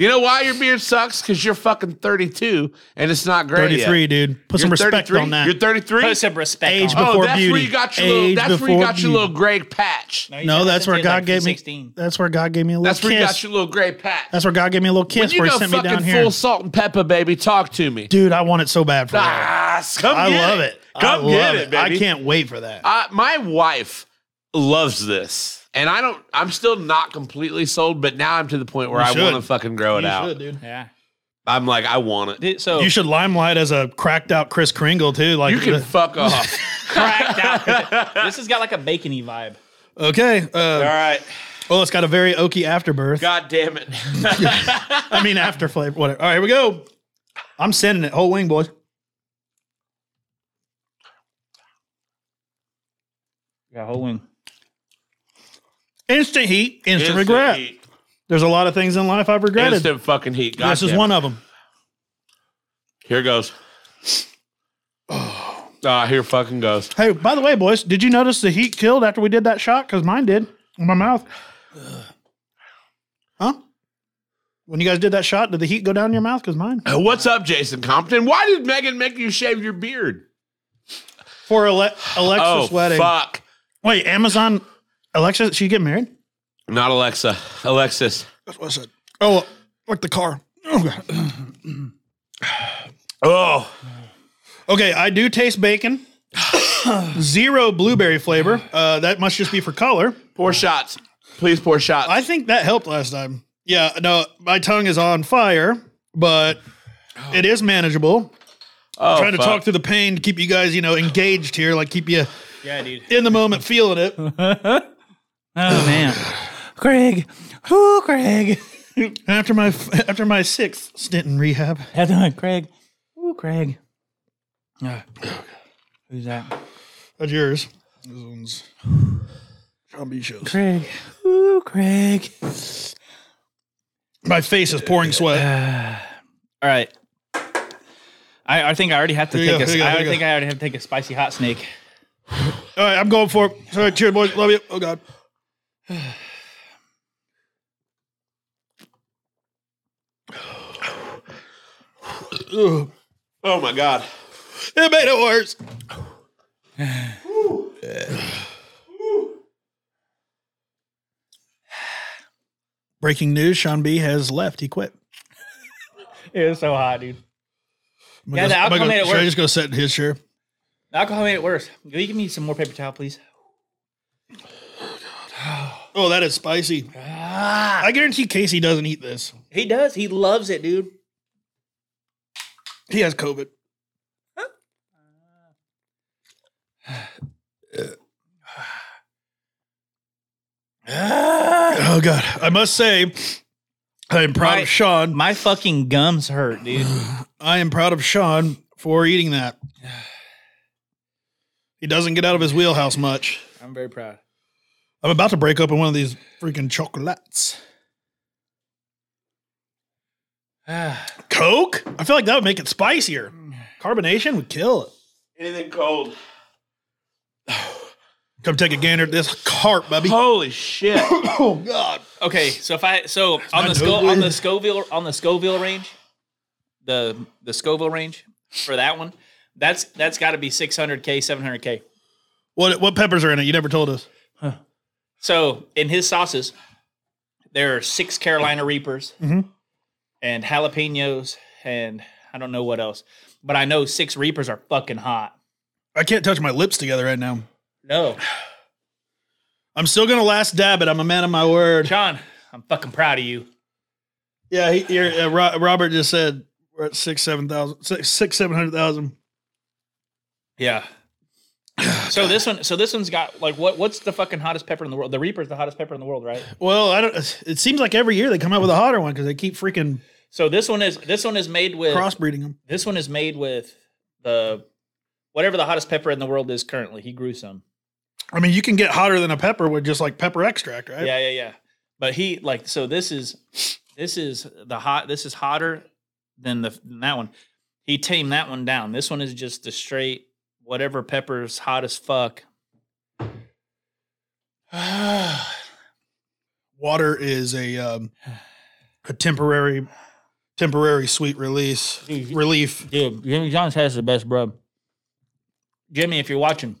You know why your beard sucks? Because you're fucking 32 and it's not great. yet. 33, dude. Put some You're respect 33? on that. You're 33. Put some respect. Age on. it. before oh, that's where beauty. you got your Age little. That's where you before got your beauty. little gray patch. he's No, done that's since where he was, like, God gave me- 16. That's where God gave me a little That's where you kiss. got your little gray patch. That's where God gave me a little when kiss you where he go sent me down fucking here. full salt and pepper, baby. Talk to me. Dude, I want it so bad for that. Ah, come I get love it. I Come love get it, baby. I can't wait for that. I, my wife loves this, and I don't. I'm still not completely sold, but now I'm to the point where You I should. want to fucking grow it you out. should, dude. Yeah. I'm like, I want it. Did- So You should limelight as a cracked out Chris Kringle too. Like Oh. You can the- fuck off. cracked out. this has got like a bacony vibe. okay. All Uh, right. well, it's got a very oaky afterbirth. God damn it. I mean, after flavor. Whatever. All right, here we go. I'm sending it whole wing, boys. Got a whole wing. Instant heat, Instant instant, regret. heat. There's a lot of things in life I've regretted. Instant fucking heat. God this is damn it. one of them. Here goes. Ah, here fucking goes. Hey, by the way, boys, did you notice the heat killed after we did that shot? Because mine did in my mouth. Huh? When you guys did that shot, did the heat go down your mouth? Because mine. Uh, What's up, Jason Compton? Why did Megan make you shave your beard? For Ale- oh, Alexa's wedding. fuck. Wait, Amazon. Alexa, she get married? Not Alexa. Alexis. That's what I said. Oh, like the car. Okay. Oh. okay, I do taste bacon. Zero blueberry flavor. Uh, that must just be for color. Poor shots. Please, poor shots. I think that helped last time. Yeah, no, my tongue is on fire, but it is manageable. oh, Trying to fuck. talk through the pain to keep you guys, you know, engaged here, like keep you Yeah, dude. in the moment, feeling it. Oh man, Craig. Who Craig? after my after my sixth stint in rehab. That's on Craig. Ooh, Craig. Ah. who's that? That's yours. This one's Sean B. Shows. Craig. Ooh, Craig. My face is pouring sweat. All right. I, I think I already have to Here take you go, a. here you go, I here you think I already have to take a spicy hot snake. All right, I'm going for it. All right, cheers, boys. Love you. Oh God. Ugh. Oh my god. It made it worse. Breaking news: Sean B has left. He quit. It was so hot, dude. I'm Yeah, gonna- the I'm outcome gonna- made it Should I worse. just go sit in his chair? Alcohol made it worse. Will you give me some more paper towel, please? Oh, that is spicy. Ah, I guarantee Casey doesn't eat this. he does. He loves it, dude. He has COVID. Oh God! I must say, I am proud My- of Sean. My fucking gums hurt, dude. I am proud of Sean for eating that. He doesn't get out of his wheelhouse much. I'm very proud. I'm about to break open one of these freaking chocolates. Ah, Coke? I feel like that would make it spicier. Carbonation would kill it. Anything cold. Come take a gander at this carp, baby. Holy shit. Oh God! okay, so if I so on my the Sco- nose. on the Scoville on the Scoville range, the the Scoville range for that one, that's that's got to be 600k, 700k. What what peppers are in it? You never told us. So in his sauces, there are six Carolina Reapers Mhm. and jalapenos, and I don't know what else, but I know six Reapers are fucking hot. I can't touch my lips together right now. No, I'm still gonna last dab it. I'm a man of my word. John, I'm fucking proud of you. Yeah, he, you're, uh, Ro- Robert just said we're at six, seven thousand, six, six seven hundred thousand. Yeah. So this one, so this one's got like what? What's the fucking hottest pepper in the world? The Reaper's the hottest pepper in the world, right? Well, I don't. It seems like every year they come out with a hotter one because they keep freaking So this one is this one is made with crossbreeding them. this one is made with the whatever the hottest pepper in the world is currently. He grew some. I mean, you can get hotter than a pepper with just like pepper extract, right? Yeah, yeah, yeah. But he like so this is this is the hot this is hotter than the than that one. He tamed that one down. This one is just the straight whatever pepper's hot as fuck. Water is a um, a temporary temporary sweet release Dude, relief. dude, Jimmy John's has the best bro. Jimmy, if you're watching,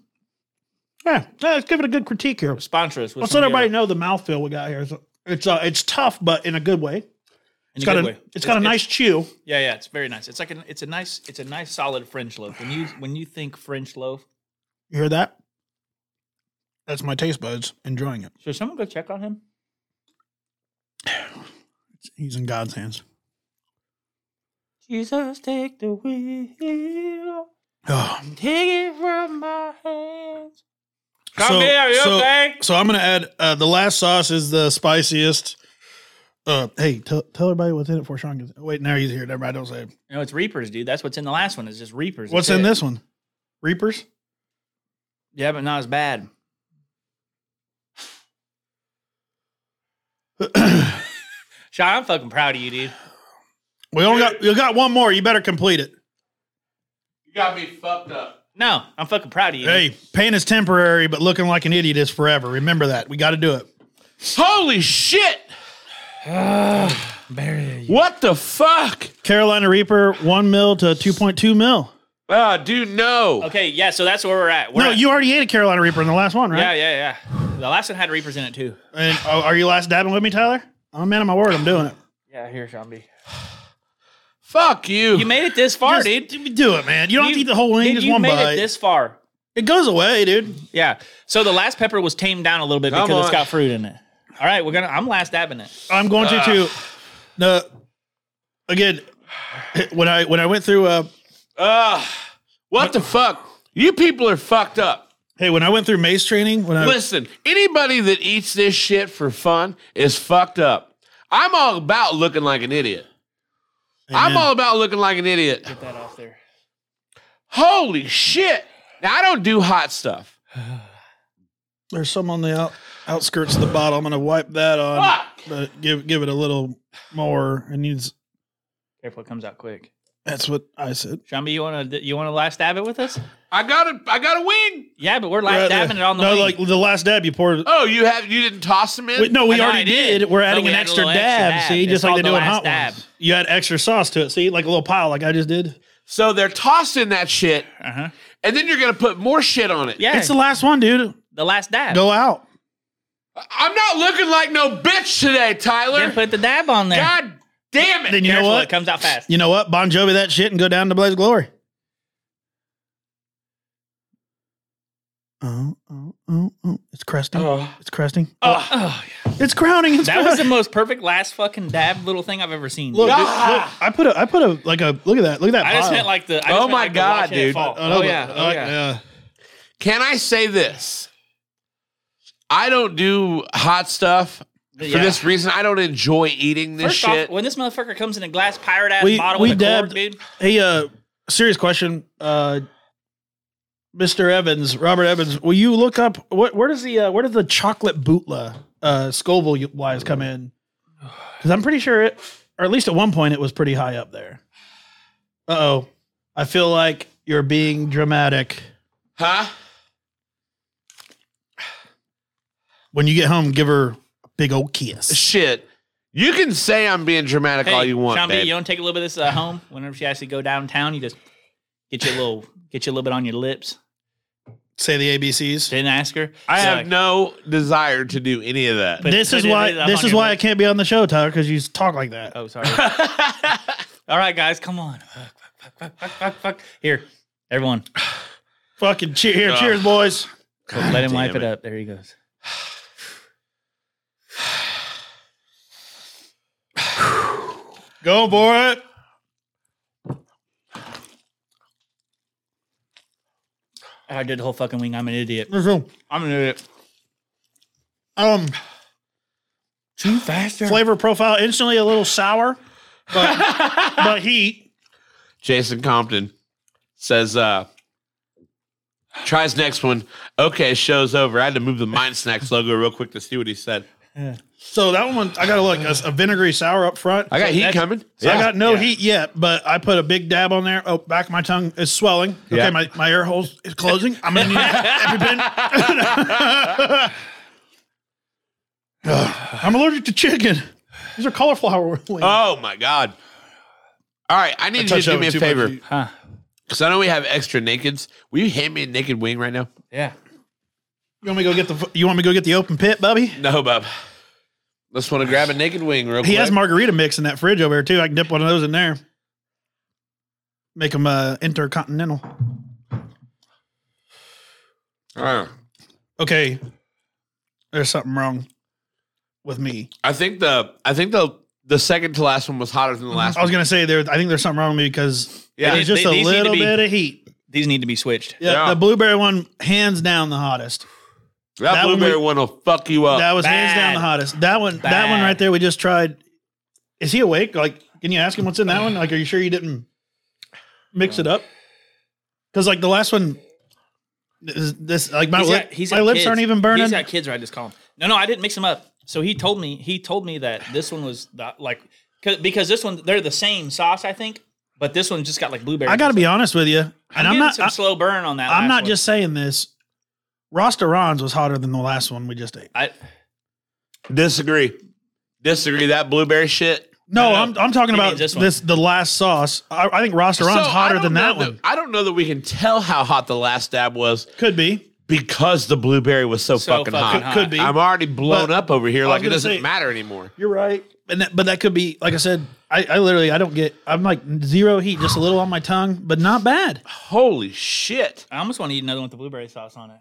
Yeah, yeah, let's give it a good critique here. sponsor us. With Let's some let of your- everybody know the mouthfeel we got here. It's it's, uh, it's tough, but in a good way. in It's got good a way. it's got a nice chew. Yeah, yeah, it's very nice. It's like an it's a nice it's a nice solid French loaf. When you when you think French loaf, You hear that? That's my taste buds enjoying it. should someone go check on him? He's in God's hands. Jesus, take the wheel, Oh. take it from my hands. So- Come here, you so, okay? So I'm gonna add uh, the last sauce is the spiciest. Uh, hey, tell tell everybody what's in it for Sean. gets- Wait, now he's here. Never mind. Don't say. it. No, it's Reapers, dude. That's what's in the last one. It's just Reapers. What's That's in it. this one? Reapers. Yeah, but not as bad. Sean, I'm fucking proud of you, dude. We only got you got one more. You better complete it. You got me fucked up. No, I'm fucking proud of you. dude. Hey, pain is temporary, but looking like an idiot is forever. Remember that. We got to do it. Holy shit. What the fuck? Carolina Reaper, one mil to two point two mil. Ah, dude, no. Okay, yeah, so that's where we're at. We're No, at- you already ate a Carolina Reaper in the last one, Yeah, right? yeah, yeah. The last one had Reapers in it too. And oh, are you last dabbing with me, Tyler? I'm a man of my word. I'm doing it. Yeah, here, Sean B. Fuck you. You made it this far, Just dude. do it, man. You don't have to eat the whole wing. dude, Just you one made bite. it this far. it goes away, dude. Yeah. So the last pepper was tamed down a little bit Come because it's on. got fruit in it. All right, we're gonna. I'm last dabbing it. I'm going to Uh. too. No, again, when I when I went through uh Ah, what the fuck? You people are fucked up. hey when I went through mace training when I Listen, anybody that eats this shit for fun is fucked up. I'm all about looking like an idiot. I'm all about looking like an idiot. Get that off there. Holy shit. Now, I don't do hot stuff. There's some on the out, outskirts of the bottle. I'm gonna wipe that on, Fuck. but give give it a little more. It needs. Careful, it comes out quick. That's what I said. Shambi, you wanna you wanna last dab it with us? I got a, I got a wing. Yeah, but we're last Right there. dabbing it on the no, wing. like the last dab you poured. Oh, you have you didn't toss them in? Wait, no, I we know I already did, did. We're but adding we an added a extra little extra dab, dab. See, It's just like called they the do in last hot dab. ones. You add extra sauce to it. See, like a little pile, like I just did. So they're tossing that shit, uh-huh. and then you're gonna put more shit on it. Yeah, It's the last one, dude. the last dab. Go out. I'm not looking like no bitch today, Tyler. Then put the dab on there. God damn it. Then you know Careful, It what? comes out fast. You know what? Bon Jovi that shit and go down to Blaze Glory. Oh, oh, oh, oh. It's cresting. It's cresting. Oh, oh, It's crowning. It's that was the crowning. most perfect last fucking dab little thing I've ever seen. look, dude, Ah! look, I put a, I put a, like a, look at that. Look at that. I just pile. meant like the. I just Oh meant my like the God, watching it dude. fall. I know, Oh but- yeah. Oh I- yeah. Can I say this? I don't do hot stuff But for yeah. this reason. I don't enjoy eating this First shit. off, when this motherfucker comes in a glass pirate ass We- bottle we with a cork, dabbed- dude. Hey, uh, serious question. Uh, Mr. Evans, Robert Evans, will you look up what? Where does the uh, where does the chocolate bootla uh, Scoville wise come in? Because I'm pretty sure it, or at least at one point, it was pretty high up there. Uh oh, I feel like you're being dramatic. huh? When you get home, give her a big old kiss. Shit. You can say I'm being dramatic all you want, Sean B, babe. you don't take a little bit of this uh, home. Whenever she asks you to go downtown, you just get you a little, get you a little bit on your lips. Say the ABCs. Didn't ask her. I She's have like, no desire to do any of that. But- this but is it- why it- I'm this on is your why I list. can't be on the show, Tyler, because you talk like that. Oh, sorry. All right, guys, come on. Fuck, fuck, fuck, fuck, fuck, fuck. Here, everyone, Fucking cheer here, Ugh. cheers, boys. God let him wipe damn it up. There he goes. Go for it. I did the whole fucking wing. I'm an idiot. Let's go. I'm an idiot. Um, Too fast. flavor profile instantly a little sour, but, but heat. Jason Compton says, uh, tries next one. Okay, show's over. I had to move the Mind Snacks logo real quick to see what he said. So that one, I got like a, a vinegary sour up front. I got So heat that's- coming. So I got no Yeah. heat yet, but I put a big dab on there. Oh, back of my tongue is swelling. Yeah. Okay, my, my ear hole is closing. I'm gonna need an EpiPen. Ugh, I'm allergic to chicken. These are cauliflower wings. Oh my god! All right, I need you to Touch do that me a with too much favor heat. Huh? because I know we have extra nakeds. Will you hand me a naked wing right now? Yeah. You want me to go get the? You want me to go get the open pit, Bubby? No, Bob. Let's want to grab a naked wing real He quick. has margarita mix in that fridge over here too. I can dip one of those in there. Make them uh, intercontinental. Uh, Okay, there's something wrong with me. I think the I think the the second to last one was hotter than the last. I was gonna say there. I think there's something wrong with me because Yeah. there's just They- a these need to little be- bit of heat. These need to be switched. Yeah, Yeah. the blueberry one, hands down the hottest. one. That, that one blueberry we- one will fuck you up. that was hands bad. down the hottest. That one, that one Bad. right there. We just tried. Is he awake? Like, can you ask him what's in that one? Like, are you sure you didn't mix it up? Because like the last one, this, this like my He's lip, got- he's my got lips kids. aren't even burning. He's got kids, right? Just call him. No, no, I didn't mix them up. So he told me he told me that this one was the, like 'cause- because this one they're the same sauce, I think, but this one just got like blueberry. I got to be honest with you, I'm, and I'm, not. some I, slow burn on that. I'm last not one. just saying this. Rasta Ron's was hotter than the last one we just ate. I, Disagree. Disagree. That blueberry shit. No, no, I'm I'm talking you mean about this this, one. the last sauce. I, I think Rasta Ron's So, I hotter don't than that know one. I don't know that we can tell how hot the last dab was Could be. because the blueberry was so, So fucking, fucking hot. hot. Could, could be. I'm already blown But up over here. I was Like it gonna doesn't say- matter anymore. You're right. And that, but that could be, like I said, I, I literally, I don't get, I'm like zero heat, just a little on my tongue, but not bad. Holy shit! I almost want to eat another one with the blueberry sauce on it.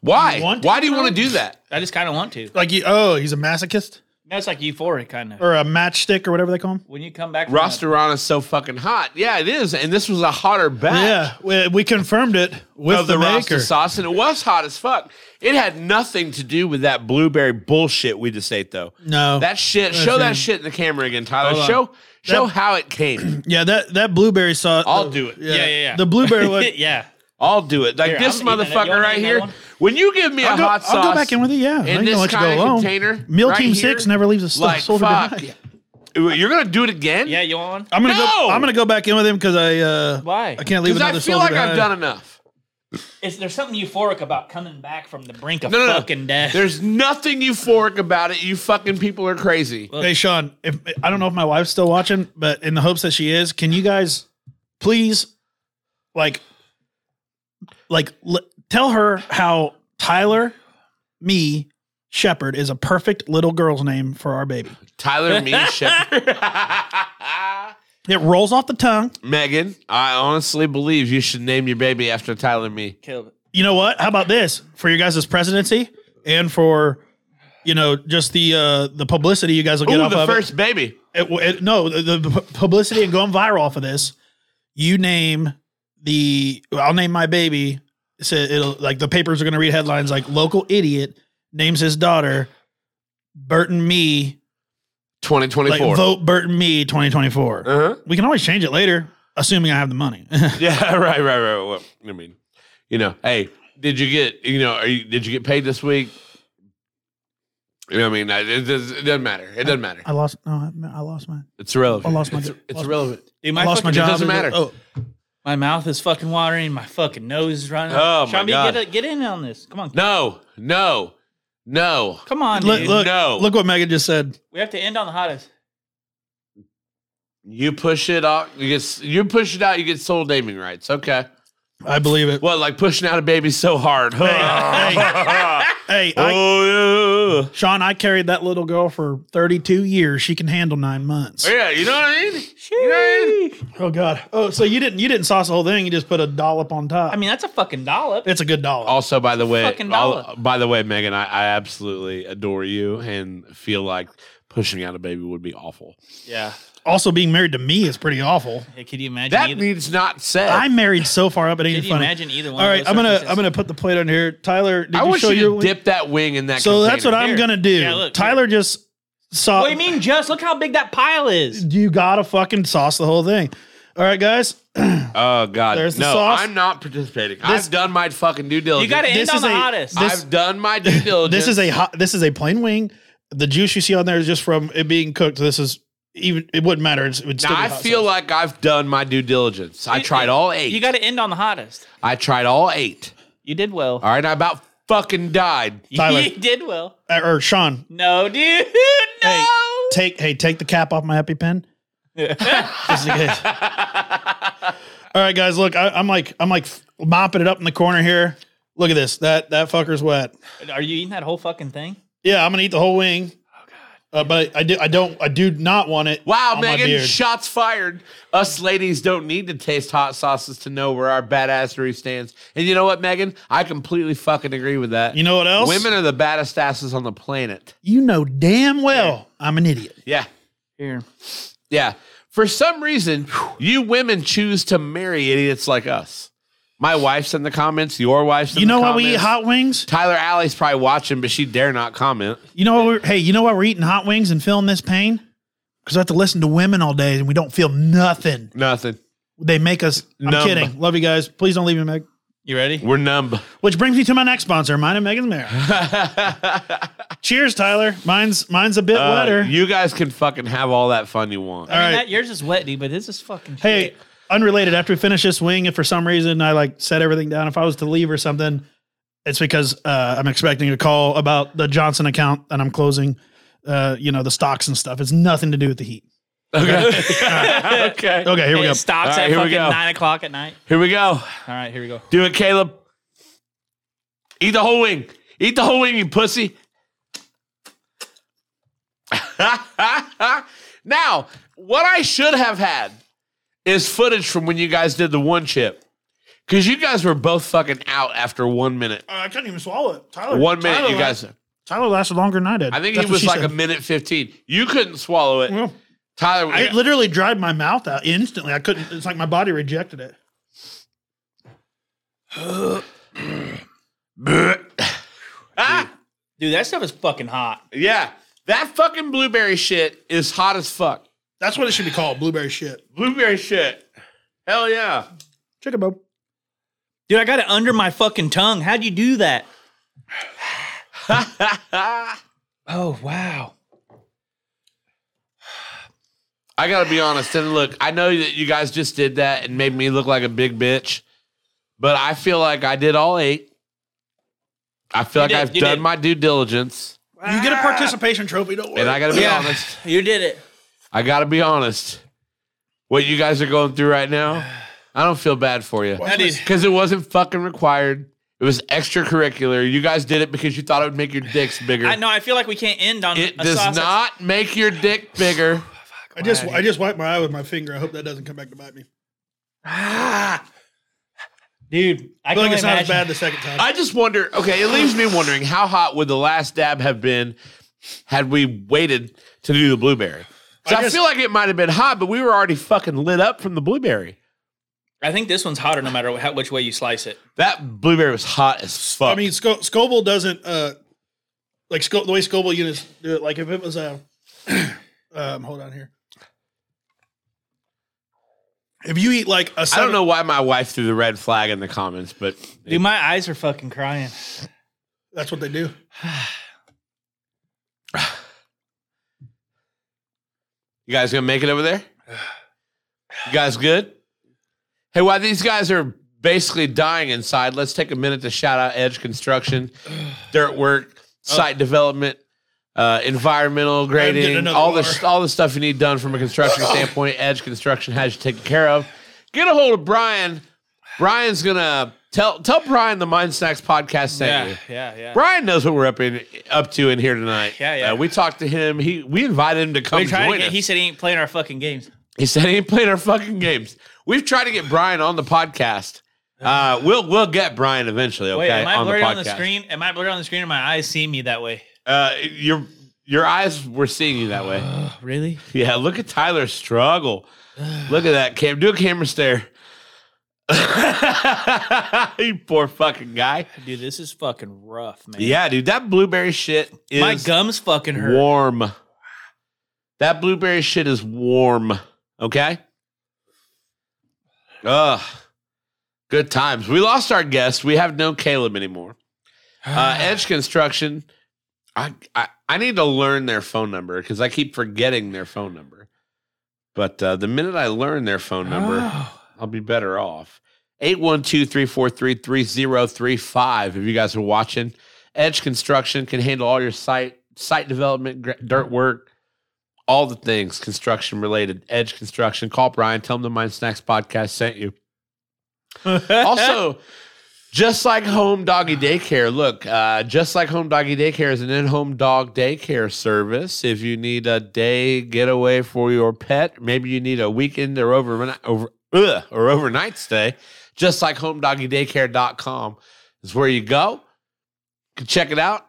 Why? You want to Why do you want to do that? I just kind of want to. Like, you, oh, he's a masochist? That's like euphoric kind of. or a matchstick or whatever they call them. When you come back, from that- Rosterana is so fucking hot. Yeah, it is. And this was a hotter batch Yeah, we, we confirmed it with of Oh, the, the, Rasta maker. sauce, and it was hot as fuck. It had nothing to do with that blueberry bullshit we just ate, though. No, That shit. Show Listen. that shit in the camera again, Tyler. Hold on. Show show That- how it came. yeah, that that blueberry sauce. I'll do it. yeah, yeah, yeah. The blueberry one. yeah. I'll do it. Like Here, this I'm eating it. You motherfucker wanna right eat that here. one? When you give me a I'll, go, hot sauce, I'll go back in with it. Yeah, I in ain't gonna this let you go kind of alone. container, Meal right Team here, Six never leaves a like, like soldier fuck. behind. You're gonna do it again? Yeah, you on? I'm gonna No! go. I'm gonna go back in with him because I uh, Why? I can't leave Because another I feel soldier like I've behind. done enough. Is there something euphoric about coming back from the brink of No, no, no. fucking death? There's nothing euphoric about it. You fucking people are crazy. Hey Sean, if I don't know if my wife's still watching, but in the hopes that she is, can you guys please like like l- tell her how Tyler, me, Shepherd is a perfect little girl's name for our baby. Tyler, me, Shepard. It rolls off the tongue. Megan, I honestly believe you should name your baby after Tyler, me. Killed it. You know what? How about this for your guys' presidency and for you know just the uh the publicity you guys will get Ooh, off the of it. first baby. it, it- no the, the pu- publicity and going viral off of this you name the i'll name my baby so it'll like the papers are going to read headlines like local idiot names his daughter burton me like 2024. vote burton me 2024 uh-huh. we can always change it later assuming i have the money Yeah, right, right, right. Well, I mean, you know, hey, did you get, you know, are you, did you get paid this week? You know, what I mean, I- it, does- it doesn't matter. It doesn't matter. i lost no i, I lost mine It's relevant. I lost my- It's, it's lost- relevant. Dude, i lost my fucking- job doesn't matter. oh My mouth is fucking watering. My fucking nose is running. Oh, my Sean B, God. Get, a- get in on this. Come on. No, no, no. Come on, look dude. look, No. look what megan just said We have to end on the hottest. You push it off. You get s- you push it out. You get soul naming rights. Okay. i believe it Well, like pushing out a baby so hard. hey I, oh Sean, I carried that little girl for 32 years. She can handle nine months. yeah. yeah. You know what I mean? You know what I mean? Oh God. Oh, so you didn't you didn't sauce the whole thing? You just put a dollop on top. I mean, that's a fucking dollop. it's a good dollop. Also, by the way, Fucking all- dollar. by the way, Megan, I, I absolutely adore you and feel like pushing out a baby would be awful. yeah. Also, being married to me is pretty awful. Hey, could you imagine? That either, needs not said. I'm married so far up, it could ain't you funny. imagine either one? All of right, those I'm gonna circumstances? I'm gonna put the plate on here. Tyler, did I you want show you to your dip that wing in that. So that's what container. I'm Here. gonna do. Yeah, look, Tyler just saw. What do you mean, just? Look how big that pile is. You gotta fucking sauce the whole thing. All right, guys. Oh God! There's the no, sauce. I'm not participating. This- I've done my fucking due diligence. You got to end This on is the a- hottest. this- I've done my due diligence. This is a hot, this is a plain wing. The juice you see on there is just from it being cooked. This is even it wouldn't matter. It's, it would still Now, be I hot feel sauce. like I've done my due diligence. I You- tried all eight. you got to end on the hottest. I tried all eight. You did well. All right, I about fucking died. Tyler. You did well. Uh, or Sean, No, dude. No. Hey, take hey, take the cap off my happy pen. Just in case. All right, guys, look, I, I'm like I'm like mopping it up in the corner here. Look at this. That that fucker's wet. Are you eating that whole fucking thing? Yeah, I'm gonna eat the whole wing. Uh, but I, I do I don't I do not want it. Oh, Wow, on my Megan, beard. shots fired. Us ladies don't need to taste hot sauces to know where our badassery stands. And you know what, Megan? I completely fucking agree with that. You know what else? Women are the baddest asses on the planet. you know damn well I'm an idiot. Yeah. Here. Yeah. For some reason, you women choose to marry idiots like us. My wife's in the comments. Your wife's in You the know why comments. we eat hot wings? Tyler Alley's probably watching, but she dare not comment. You know, we're, hey, you know why we're eating hot wings and feeling this pain? Because I have to listen to women all day and we don't feel nothing. Nothing. They make us. I'm Numb. kidding. Love you guys. Please don't leave me, Meg. You ready? We're numb. Uh, Which brings me to my next sponsor, mine and Megan's Mare. Cheers, Tyler. Mine's mine's a bit Uh, wetter. you guys can fucking have all that fun you want. all I mean, right. that, yours is wet, dude, but this is fucking Hey, shit. unrelated. After we finish this wing, if for some reason I like set everything down, if I was to leave or something, it's because uh, I'm expecting a call about the Johnson account and I'm closing. Uh, you know the stocks and stuff. It's nothing to do with the heat. Okay. okay. Okay, here we go. It stops All right, at here we fucking go. nine o'clock at night. Here we go. All right, here we go. Do it, Caleb. Eat the whole wing. Eat the whole wing, you pussy. now, what I should have had is footage from when you guys did the one chip. Because you guys were both fucking out after one minute. I couldn't Uh, even swallow it, Tyler. One minute, you guys. Tyler lasted longer than I did. I think Oh, That's he what was she like said. a minute 15. You couldn't swallow it. Well, Tyler, I literally dried my mouth out instantly. I couldn't. It's like my body rejected it. ah, Dude, that stuff is fucking hot. yeah. That fucking blueberry shit is hot as fuck. That's what it should be called, blueberry shit. Blueberry shit. Hell yeah. Chicken bob. Dude, I got it under my fucking tongue. How'd you do that? I Oh wow. gotta be honest. And look, I know that you guys just did that and made me look like a big bitch, but I feel like I did all eight. I feel You like did, I've you done did. my due diligence, You get a participation trophy. Don't worry. and I gotta be Yeah. honest. You did it. I gotta be honest. What you guys are going through right now, I don't feel bad for you. That is- because it wasn't fucking required. It was extracurricular. You guys did it because you thought it would make your dicks bigger. I know. I feel like we can't end on It a does sausage. not make your dick bigger. I just I just wiped my eye with my finger. I hope that doesn't come back to bite me. dude. I I feel can like not it's not as imagine. bad the second time. I just wonder. Okay, it leaves me wondering how hot would the last dab have been had we waited to do the blueberry? 'Cause I I, just- feel like it might have been hot, but we were already fucking lit up from the blueberry. I think this one's hotter no matter how, which way you slice it. That blueberry was hot as fuck. I mean, Sco- Scoville doesn't uh, like Sco- the way Scoville units do it. Like if it was a, um, hold on here. If you eat like a, I seven, don't know why my wife threw the red flag in the comments, but Dude, my eyes are fucking crying. That's what they do. You guys gonna make it over there? You guys good? Hey, while these guys are basically dying inside, let's take a minute to shout out Edge Construction, Dirt Oh. Work, Site Development, uh, Environmental Grading, another all the water. all the stuff you need done from a construction standpoint. Edge Construction has you taken care of. Get a hold of Brian. Brian's gonna tell tell Brian the Mind Snacks podcast sent you. Yeah, yeah, yeah. Brian knows what we're up in up to in here tonight. Yeah, yeah. Uh, we talked to him. He we invited him to come We tried join to get, us. he said he ain't playing our fucking games. He said he ain't playing our fucking games. We've tried to get Brian on the podcast. Uh, we'll we'll get Brian eventually. Okay, Wait, am I on, the blurry podcast. on the screen? Am I blurry on the screen or my eyes see me that way? Uh, your your eyes were seeing you that way. Really? Yeah, look at Tyler struggle. Look at that cam. Do a camera stare. you poor fucking guy. Dude, this is fucking rough, man. Yeah, dude, that blueberry shit is My gums fucking hurt. warm. That blueberry shit is warm. Okay. Ugh. Good times. We lost our guest. We have no Caleb anymore. Uh, Ah. Edge Construction. I, I I need to learn their phone number because I keep forgetting their phone number. But uh, the minute I learn their phone number, Oh. I'll be better off. 812-343-3035 if you guys are watching. Edge Construction can handle all your site site development, gr- dirt work, all the things construction related. Edge Construction. Call Brian, tell him the Mind Snacks podcast sent you. Also, just like Home Doggy Daycare, look, uh, just like Home Doggy Daycare is an in home dog daycare service. If you need a day getaway for your pet, maybe you need a weekend or overnight over, ugh, or overnight stay, just like homedoggyDaycare.com is where you go. You can check it out.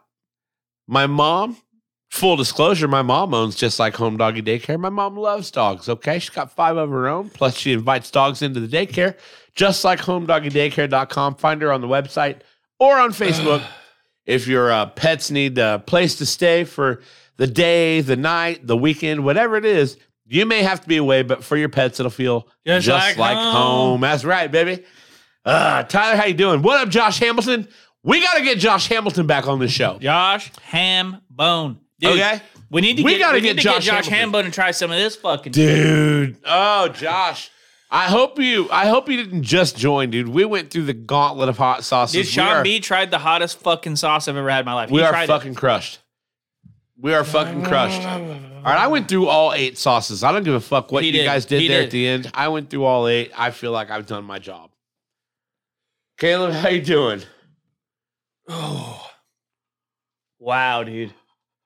My mom, full disclosure, my mom owns just like Home Doggy Daycare. My mom loves dogs, okay? She's got five of her own, plus she invites dogs into the daycare just like homedoggydaycare.com. Find her on the website or on Facebook. if your uh, pets need a place to stay for the day, the night, the weekend, whatever it is, you may have to be away, but for your pets, it'll feel just, like, Just like home. home. That's right, baby. Uh, Tyler, how you doing? What up, Josh Hamilton? We got to get Josh Hamilton back on the show. Josh Ham Bone. Dude, Okay. We need to We get, gotta we get need to Josh get Josh Hamilton. Hambone and try some of this fucking dude. Oh, Josh. I hope you. I hope you didn't just join, dude. We went through the gauntlet of hot sauces. Dude, We Sean are- B tried the hottest fucking sauce I've ever had in my life. We he are tried fucking crushed. We are fucking crushed. All right, I went through all eight sauces. I don't give a fuck what He you did. guys did He there did. at the end. I went through all eight. I feel like I've done my job. Caleb, how you doing? it. Wow, dude.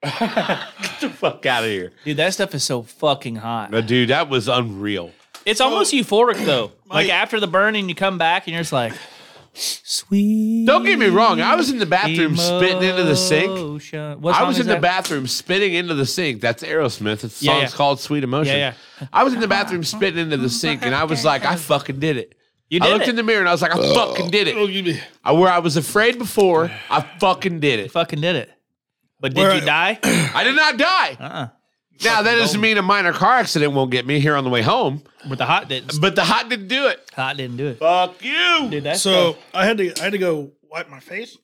Get the fuck out of here, Dude, that stuff is so fucking hot. But Oh. dude. That was unreal. It's almost euphoric though. My- like after the burn and you come back and you're just like, Sweet. Don't get me wrong, I was in the bathroom spitting into the sink. Emotion. What I song was is in the that? bathroom spitting into the sink. That's Aerosmith. It's Yeah, song's yeah. called Sweet Emotion. Yeah, I was in the bathroom spitting into the sink, and I was like, I fucking did it. You I did looked it. in the mirror and I was like, I fucking did Oh, it. you be- I, where I was afraid before, I fucking did You it. fucking did it. But did Where- you die? Uh I did not die. uh Now that doesn't mean a minor car accident won't get me here on the way home, But the hot didn't. but the hot didn't do it. Hot didn't do it. Fuck you. Dude, that's so I had to I had to go wipe my face.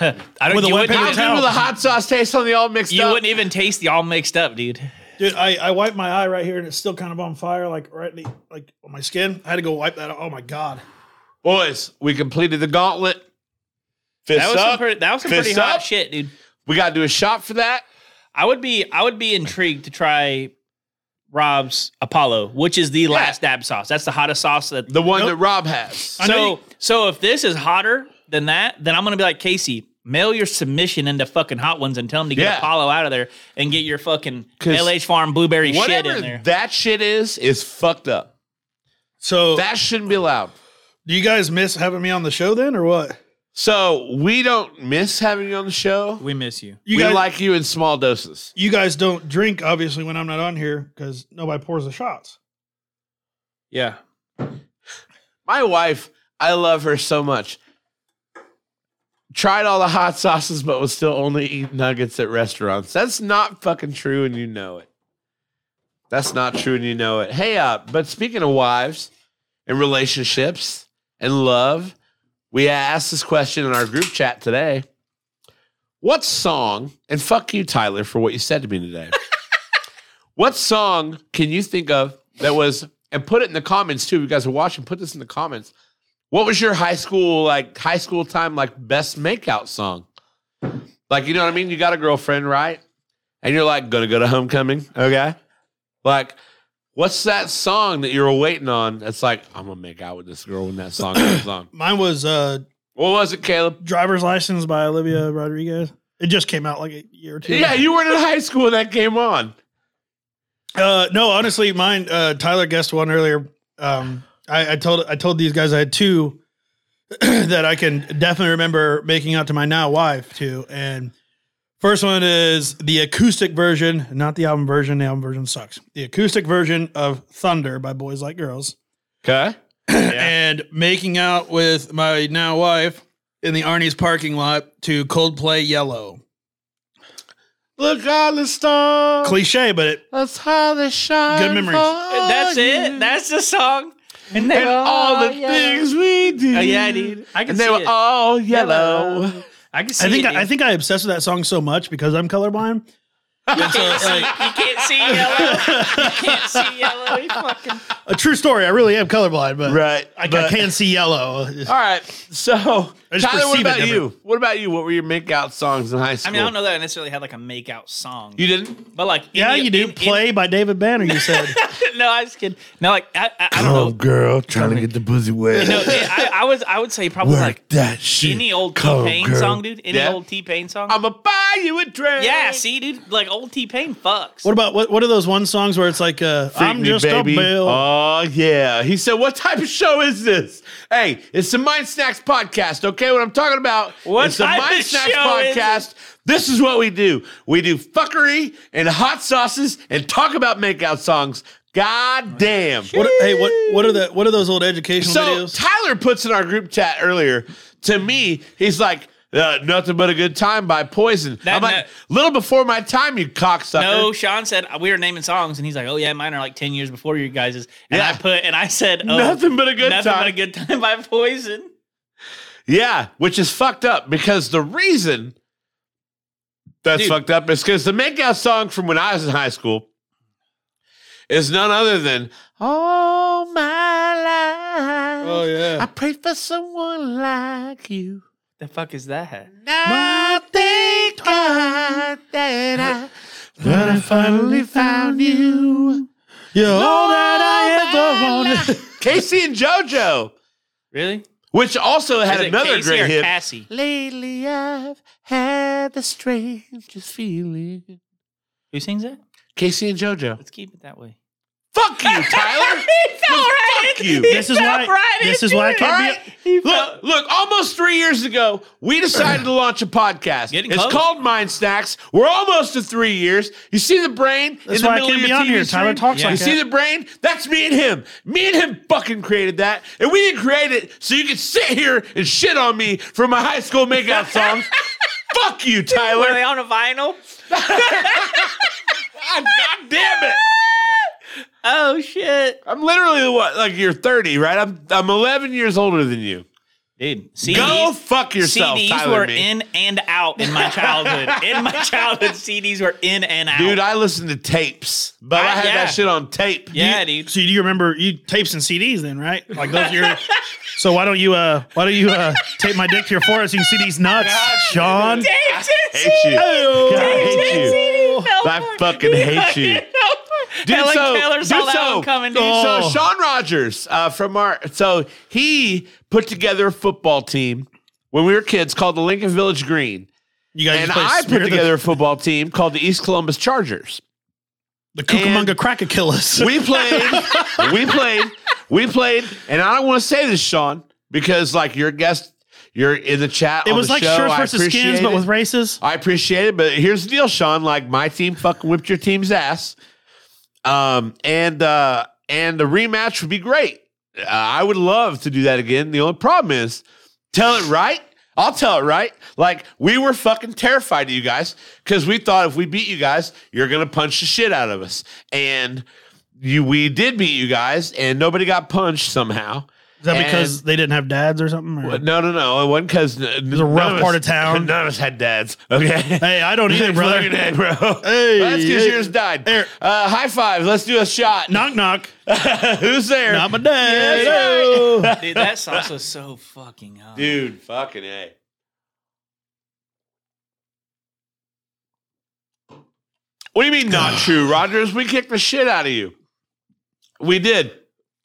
I don't. With a you wouldn't, wet paper How I good don't- will the hot sauce taste on the all mixed you up? wouldn't even taste the all mixed up, dude. Dude, I, I wiped my eye right here and it's still kind of on fire, like right in the, like on my skin. I had to go wipe that. Out. Oh my god! e- Boys, we completed the gauntlet. Fists That was some up. pretty. That was some Fists pretty hot up. shit, dude. we got to do a shot for that. I would be. I would be intrigued to try Rob's Apollo, which is the last dab sauce. That's the hottest sauce that The one Nope. that Rob has. I know So so if this is hotter than that, then I'm gonna be like Casey. Mail your submission into fucking hot ones and tell them to get Yeah. Apollo out of there and get your fucking 'Cause LH Farm blueberry shit Whatever in there. that shit is, is fucked up. So That shouldn't be allowed. do you guys miss having me on the show then, or what? So we don't miss having you on the show. we miss you. You we guys like you in small doses. you guys don't drink obviously when I'm not on here because nobody pours the shots. Yeah. My wife, I love her so much. Tried all the hot sauces, but was still only eat nuggets at restaurants. That's not fucking true, and you know it. That's not true, and you know it. Hey, uh, but speaking of wives and relationships and love, we asked this question in our group chat today. What song, and fuck you, Tyler, for what you said to me today. what song can you think of that was, and put it in the comments too, if you guys are watching, put this in the comments. What was your high school, like high school time, like best makeout song? Like, you know what I mean? You got a girlfriend, right? And you're like, gonna go to homecoming, okay? Like, what's that song that you're waiting on? That's like, I'm gonna make out with this girl when that song comes on. Mine was uh, What was it, Caleb? "Driver's License" by Olivia Rodriguez. It just came out like a year or two. Yeah, you were in high school when that came on. Uh, no, honestly, mine. Uh, Tyler guessed one earlier. Um, I, I told I told these guys I had two that I can definitely remember making out to my now wife too. And first one is the acoustic version, not the album version. The album version sucks. The acoustic version of "Thunder" by Boys Like Girls, Okay. and making out with my now wife in the Arnie's parking lot to Coldplay "Yellow." Look on the star. Cliche, but it, That's how they shine. Good memories. for That's you. it. That's the song. And and all the yeah. things we did. Oh, yeah, dude. I can And see they were it. all yellow. I can see I think it. I, I dude. think I obsessed with that song so much because I'm colorblind. And so, like, you can't see yellow. You can't see yellow. You fucking. a true story. I really am colorblind, but Right. I, I can see yellow. All right. So, I just Tyler, what perceive it about you? different. What about you? What were your makeout songs in high I school? mean, I don't know that I necessarily had like a make out song, You didn't? but like, in Yeah, the- you do. in- in- Play by David Banner. You said no, I was kidding. No, like I, I, I don't know. girl, trying to get the pussy wet. No, I, I was. I would say probably like that shit. any old T Come, Pain girl. song, dude. Any Yeah. old T Pain song. I'ma buy you a drink. yeah, see, dude, like old T Pain fucks. what about what? What are those one songs where it's like uh, Freak I'm me, just baby. a bill? Oh yeah. He said, "What type of show is this?" Hey, it's the Mind Snacks podcast. Okay, what I'm talking about? What it's the type Mind of Snacks show is podcast. this is what we do. We do fuckery and hot sauces and talk about makeout songs. God damn. What, hey, what what are the what are those old educational So videos? Tyler puts in our group chat earlier. To me, he's like. Uh, nothing but a good time by Poison. That- I'm like, that- little before my time, you cocksucker. No, Sean said uh, we were naming songs, and he's like, "Oh yeah, mine are like ten years before your guys's." And Yeah. I put, and I said, oh, nothing but a good nothing time. but a good time by Poison." Yeah, which is fucked up because the reason that's Dude. fucked up is because the makeout song from when I was in high school is none other than All My Life. Oh I yeah, pray for someone like you. The fuck is that? I thank God that I, that I finally found you. yeah. All All that I ever that I ever wanted. Casey and JoJo, Really? which also had Is it another Casey or great hit. Cassie. Lately, I've had the strangest feeling. Who sings that? Casey and JoJo. Let's keep it that way. Fuck you, Tyler. Fuck you. This is why. This is why I All can't right. be. Look, look, almost three years ago, we decided to launch a podcast. Getting it's close. called Mind Snacks. We're almost to three years. You see the brain? That's in the why I middle can't of be your on TV here. Tyler stream? talks You like see that. the brain? That's me and him. Me and him fucking created that. And we didn't create it so you could sit here and shit on me for my high school makeout songs. Fuck you, Were they Tyler. on a vinyl? God, God damn it. Oh shit! I'm literally the one, like you're 30, right? I'm I'm 11 years older than you. dude. CDs, Go fuck yourself, CDs Tyler. were Meek. in and out in my childhood. in my childhood, CDs were in and out. Dude, I listened to tapes, but I, I- had yeah. that shit on tape. yeah, You- dude. So do you remember you tapes and CDs then, right? Like those are your. so why don't you uh why don't you uh tape my dick to your forehead so you can see these nuts, Sean? Dave I Tipsy! hate you. I hate you. Dave Tipsy! No, I fucking hate you. Dude, Helen so, Keller dude, saw that so, oh. one coming. Oh. dude, Dude, so Sean Rogers uh, from our so he put together a football team when we were kids called the Lincoln Village Green, You guys and play I Spear put the- together a football team called the East Columbus Chargers. the Cucamonga Cracker Killers. We played, we played, we played, and I don't want to say this, Sean, because like your guest, you're in the chat. It on was the like show. shirts I versus skins, appreciate but it. with races. I appreciate it, but here's the deal, Sean. Like my team fucking whipped your team's ass. Um, and uh, and the rematch would be great. Uh, I would love to do that again. The only problem is, tell it right. I'll tell it right. Like we were fucking terrified of you guys because we thought if we beat you guys, you're gonna punch the shit out of us. And you, we did beat you guys, and nobody got punched somehow. Is that And- because they didn't have dads or something? or- But no, no, no. It wasn't because it was a rough part of town. None of us had dads. Okay. Hey, I don't either, Hey, brother. fucking hey, bro. Hey, that's because hey. yours died. Here. Uh, high five. Let's do a shot. Knock knock. Who's there? Not my dad. dude, that sauce was so fucking hot. Dude, fucking a. What do you mean not true, Rogers? We kicked the shit out of you. We did.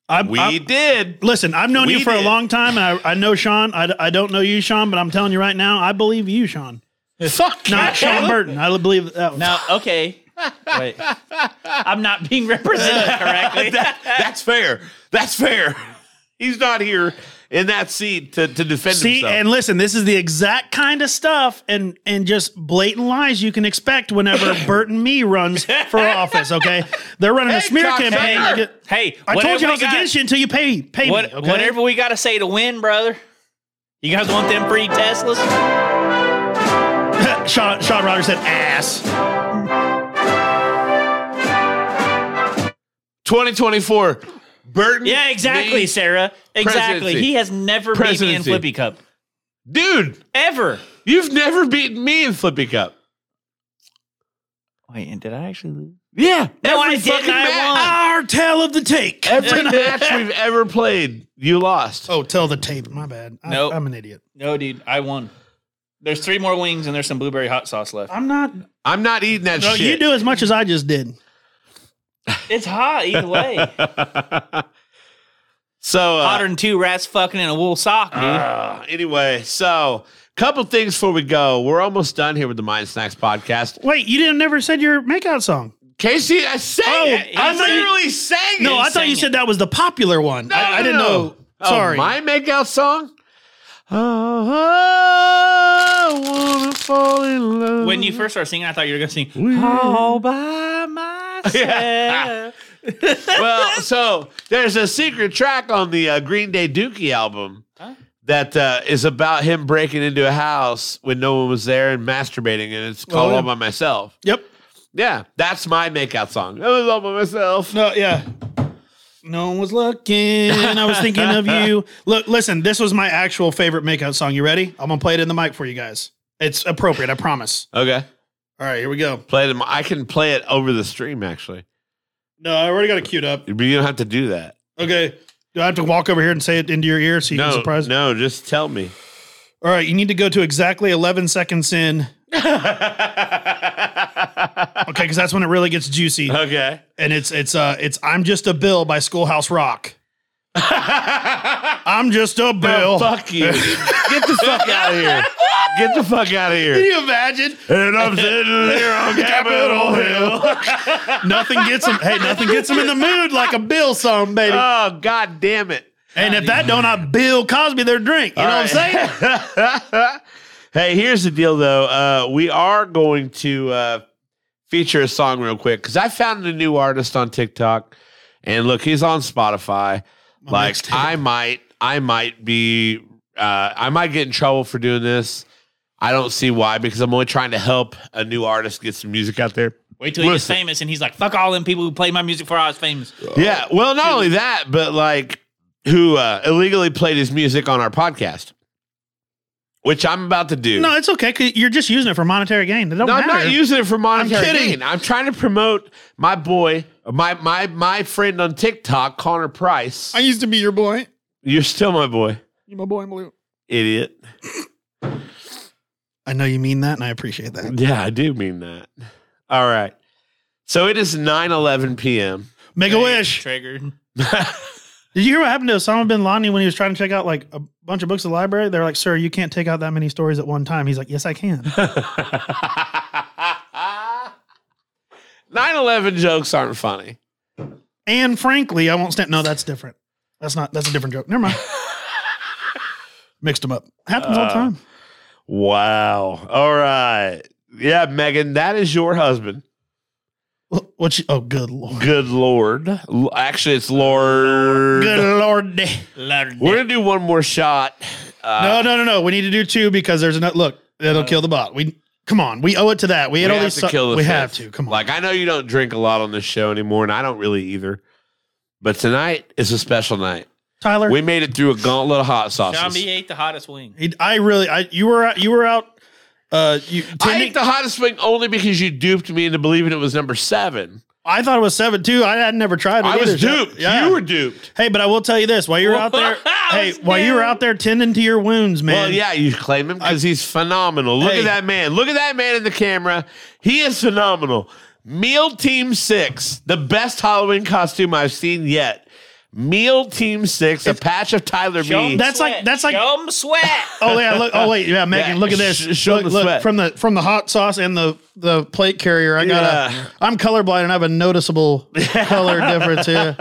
I'm- We I'm- did. Listen, I've known We you for did. a long time, and I, I know Sean. I, I don't know you, Sean, but I'm telling you right now, I believe you, Sean. Fuck Not Sean Burton. I believe that one. Now, okay. Wait. I'm not being represented correctly. That's fair. That's fair. He's not here in that seat to, to defend See, himself. and listen, this is the exact kind of stuff and and just blatant lies you can expect whenever Burton Me runs for office. Okay, they're running a smear cocksucker. campaign. to get- hey, I told whatever you I we was got- against you until you pay pay What, me. Okay? Whatever we got to say to win, brother. You guys want them free Teslas? Sean Sean Rogers said ass. 2024. Burton. Yeah, exactly, me, Sarah. Exactly. Presidency. He has never beat me in Presidency. Flippy Cup. Dude, Ever. you've never beaten me in Flippy Cup. Wait, and did I actually lose? Yeah. No, I every didn't. fucking I won. Our tale of the take. Every match we've ever played, you lost. Oh, tell the tape. My bad. I, Nope. I'm an idiot. No, dude, I won. There's three more wings and there's some blueberry hot sauce left. I'm not. I'm not eating that No, shit. you do as much as I just did. It's hot either way. So uh, Hotter than two rats fucking in a wool sock, dude. uh, anyway, so couple things before we go. We're almost done here with the Mind Snacks podcast. Wait, you didn't never said your makeout song. Casey, I sang Oh, it. I I thought you- literally sang it. No, I thought you said that was the popular one. I, I didn't know. Oh, Sorry. my makeout song. Oh, I wanna fall in love. When you first started singing, I thought you were gonna sing. Oh, All by myself. Yeah. well, so there's a secret track on the uh, Green Day Dookie album that uh, is about him breaking into a house when no one was there and masturbating, and it's called Oh, yeah. All by Myself. Yep. Yeah, that's my makeout song. It was all by myself. No, yeah. No one was looking. I was thinking of you. Look, listen, this was my actual favorite makeout song. You ready? I'm gonna play it in the mic for you guys. It's appropriate, I promise. Okay, All right, here we go. play it. I can play it over the stream actually, No, I already got it queued up. but you don't have to do that. Okay. Do I have to walk over here and say it into your ear so you no, can surprise me? no, just tell me. All right, you need to go to exactly 11 seconds in. okay. Okay, because that's when it really gets juicy. Uh-huh. And it's it's uh it's I'm just a bill by Schoolhouse Rock. I'm just a bill. Oh, fuck you. Get the fuck out of here. Get the fuck out of Can here. you imagine? And I'm sitting here on Capitol Hill. Nothing gets them. Hey, nothing gets them in the mood like a Bill song, baby. Uh, Oh, god damn it. and if that don't, I Bill Cosby their drink. You know what I'm saying? I'm saying? hey, here's the deal, though. Uh, we are going to uh, feature a song real quick because I found a new artist on TikTok, and look, he's on Spotify. like, I might, I might be, uh, I might get in trouble for doing this. I don't see why because I'm only trying to help a new artist get some music out there. Wait till he gets Listen. famous and he's like, fuck all them people who played my music before I was famous. Yeah. Well, not only that, but like who uh, illegally played his music on our podcast, which I'm about to do. No, it's okay. Cause you're just using it for monetary gain. It don't No, I'm matter. not using it for monetary I'm kidding. gain. I'm trying to promote my boy, my my my friend on TikTok, Connor Price. I used to be your boy. You're still my boy, You're my boy in blue. idiot. I know you mean that, and I appreciate that. Yeah, I do mean that. All right. So it is 9:11 p.m. Make a wish. Triggered. Did you hear what happened to Osama bin Laden when he was trying to check out like a bunch of books at the library? They're like, "Sir, you can't take out that many stories at one time." He's like, "Yes, I can." 9/11 jokes aren't funny. and frankly, I won't stand. No, that's different. That's not. That's a different joke. Never mind. Mixed them up. Happens Uh, all the time. Wow. All right. Yeah, Megan, that is your husband. Wh- What? You, oh, good lord. Good lord. L- Actually, it's Lord. Good lord. We're gonna do one more shot. No, Uh, no, no, no. We need to do two because there's another. Look, it'll kill the bot. We come on. We owe it to that. We, had we all have these. to su- kill the we fifth. have to. Come on. Like I know you don't drink a lot on this show anymore, and I don't really either. But tonight is a special night. Tyler. We made it through a gauntlet of hot John B sauces. ate the hottest wing. He- I really. I. You were. out You were out. Uh, you. I tending- ate the hottest wing only because you duped me into believing it was number seven. I thought it was seven too. I had never tried it. I was either, so- duped. Yeah. You were duped. Hey, but I will tell you this: while you were out there, hey, while you were out there tending to your wounds, man. Well, yeah, you claim him because he's phenomenal. Look Hey. at that man. Look at that man in the camera. He is phenomenal. Meal Team Six, the best Halloween costume I've seen yet. Meal Team Six, a patch of Tyler B. That's like- that's like- Show 'em sweat. Oh yeah. Look. Oh wait. Yeah, Megan. Yeah, Look at this. sh- show look, the look, sweat. from the from the hot sauce and the the plate carrier. I got Yeah. a. I'm colorblind and I have a noticeable color difference here.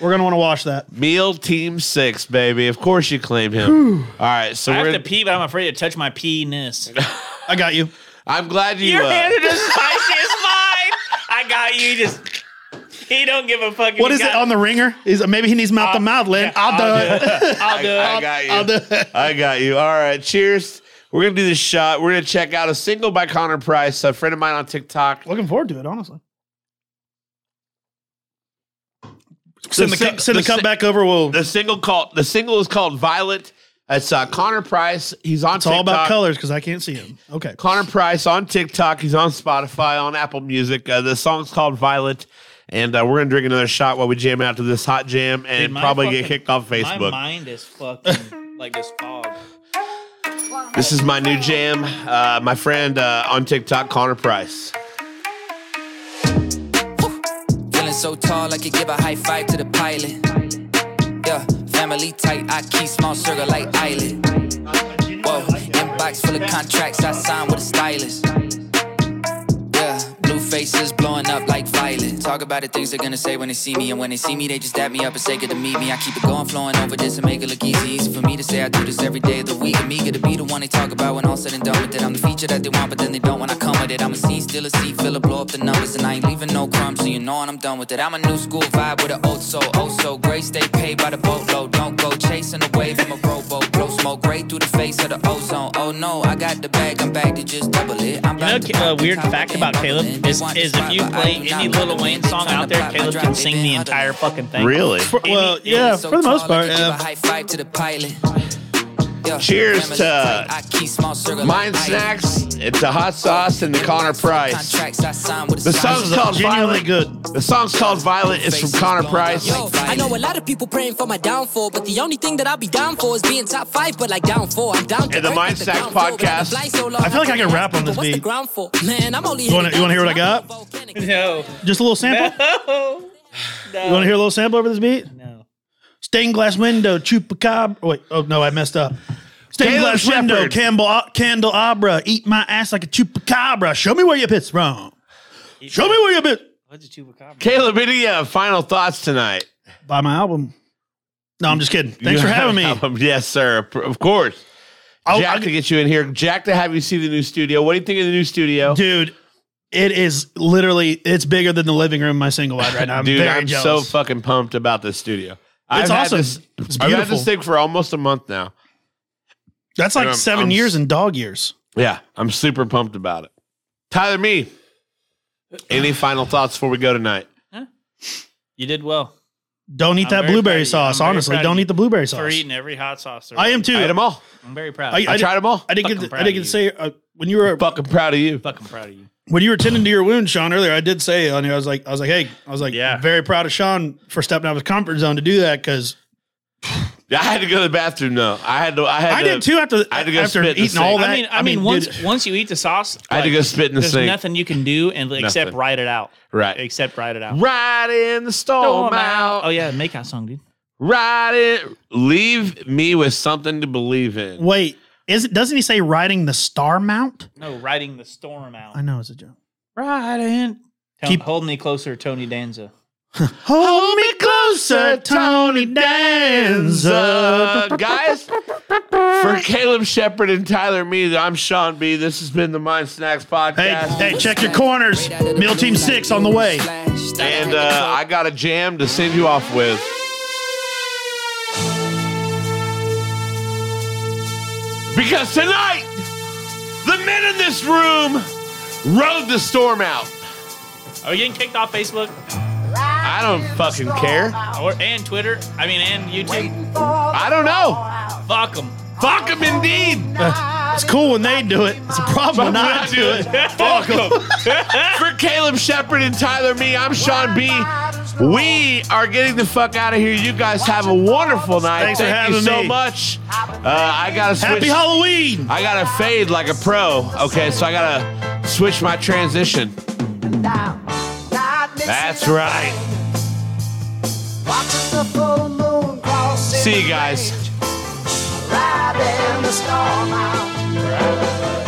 We're gonna want to wash that. Meal Team Six, baby. Of course you claim him. All right, so I we're. have to pee, but I'm afraid to touch my peeness. I got you. I'm glad you. Your uh, hand is as spicy as mine. I got you. Just he don't give a fuck. if What you is it Um, got- on the ringer? Is it, maybe he needs Uh, mouth to mouth, Lynn? yeah, I'll, I'll do it. I'll do it. I got you. I'll do it. I got you. All right. Cheers. We're gonna do this shot. We're gonna check out a single by Connor Price, a friend of mine on TikTok. Looking forward to it, honestly. The Send the, si- cup, send the, the cup si- back over. We'll. The single called the single is called Violet. It's uh, Connor Price. He's on It's all about TikTok. colors because I can't see him. Okay. Connor Price on TikTok. He's on Spotify, on Apple Music. Uh, the song's called Violet. And uh, we're gonna drink another shot while we jam out to this hot jam and my probably get fucking- kicked off My Facebook. mind is fucking like this fog. This is my new jam. Uh, my friend uh, on TikTok, Connor Price. Feeling so tall, I could give a high five to the pilot. Yeah, family tight, I keep small circle like island. Whoa, inbox full of contracts I signed with a stylist. Yeah, blue faces blowing up like violet. Talk about the things they're gonna say when they see me, and when they see me, they just dab me up and say good to meet me. I keep it going, flowing over this and make it look easy. Easy for me to say I do this every day of the week. I'm eager to be the one they talk about when all said and done with it. I'm the feature that they want, but then they don't when I come with it. I'm a scene, still a seat, filler, blow up the numbers, and I ain't leaving no crumbs, so you know when I'm done with it. I'm a new school vibe with an old soul, oh so great. Stay paid by the boatload, don't go chasing a wave. I'm a rowboat, blow smoke right through the face of the ozone. Oh no, I got the bag, I'm back to just double it. I'm You back to know, a pop the weird top fact again, about double Caleb it. They is, want is the if spot, you but I play do any not Lil want Wayne it. They song tryna out there, plot my Caleb drop, can they sing the been out entire of- fucking thing. Really? Well, yeah, for the most part. uh, yeah. Cheers to Mind Snacks. It's a hot sauce and the Connor Price. The The song's called Genuinely Violet. good. The song's called Violet. It's from Connor Price. Yo, I know a lot of people praying for my downfall, but the only thing that I'll be down for is being top five, but like down four. I'm down to And the break Mind with Snack down four, but podcast. fly so long, I feel like I can rap on this What's the beat. ground for? Man, I'm only You wanna- you wanna hear what I got? No. Just a little sample. You want to hear a little sample over this beat? No. Stained glass window, chupacabra. Wait, oh no, I messed up. Stained Caleb glass window, Shepherd. candle, candelabra, eat my ass like a chupacabra. Show me where your pit's from. Show me where your bit. What's a chupacabra? Caleb, any uh, final thoughts tonight? Buy my album. No, I'm just kidding. Thanks for having me. Um, yes, sir. Of course. I'll- Jack I'll- to get you in here. Jack to have you see the new studio. What do you think of the new studio? dude, it is literally it's bigger than the living room in my single wide right now. I'm Dude, very I'm so jealous. fucking pumped about this studio. It's had awesome. this- It's I've had beautiful. this thing for almost a month now. That's like I'm- 7 um, I'm s- years in dog years. Yeah, I'm super pumped about it. Tyler, me. Any final thoughts before we go tonight? You did well Don't eat I'm that very proud of blueberry you. sauce. I'm very Honestly, proud of don't you eat the blueberry for sauce. eating every hot sauce. there I was. am too. I ate them all. I'm very proud. I- I, I- tried them all. I didn't Fucking get. To, I proud didn't of get to you. say uh, when you were Fucking proud of you. fucking proud of you. when you were tending to your wound, Sean. Earlier, I did say on here. I was like, I was like, hey, I was like, Yeah. very proud of Sean for stepping out of his comfort zone to do that because I had to go to the bathroom though. I had to. I had. I, to, did too after I had to go after spit in the eating all sink. that. I mean, I, mean, once dude, once you eat the sauce, I had to like, go spit in the There's sink. nothing you can do and except Nothing. write it out. Right. Except write it out. Right in the storm out. Oh yeah, make out song, dude. Right in. Leave me with something to believe in. wait, is it? Doesn't he say riding the star mount? No, riding the storm out. I know it's a joke. Riding. Keep- Keep hold me closer, Tony Danza. Hold me closer, Tony Uh, Danza. guys, for Caleb Shepard and Tyler Mead, I'm Sean B. This has been the Mind Snacks Hey, podcast. hey, check your corners. Middle team six on the way. And uh, I got a jam to send you off with. Because tonight, the men in this room rode the storm out. Are we getting kicked off Facebook I don't fucking care. or and Twitter? I mean, and YouTube. I don't know. Fuck them. Fuck them indeed. It's cool when they do it. It's a problem when I do it. Fuck 'em. For Caleb Shepard and Tyler Me, I'm Sean B. We are getting the fuck out of here. You guys have a wonderful night. Thanks for Thank you having so me. much. Uh, I gotta switch. Happy Halloween. I gotta fade like a pro. Okay, so I gotta switch my transition. That's right. See you guys. Riding the storm out.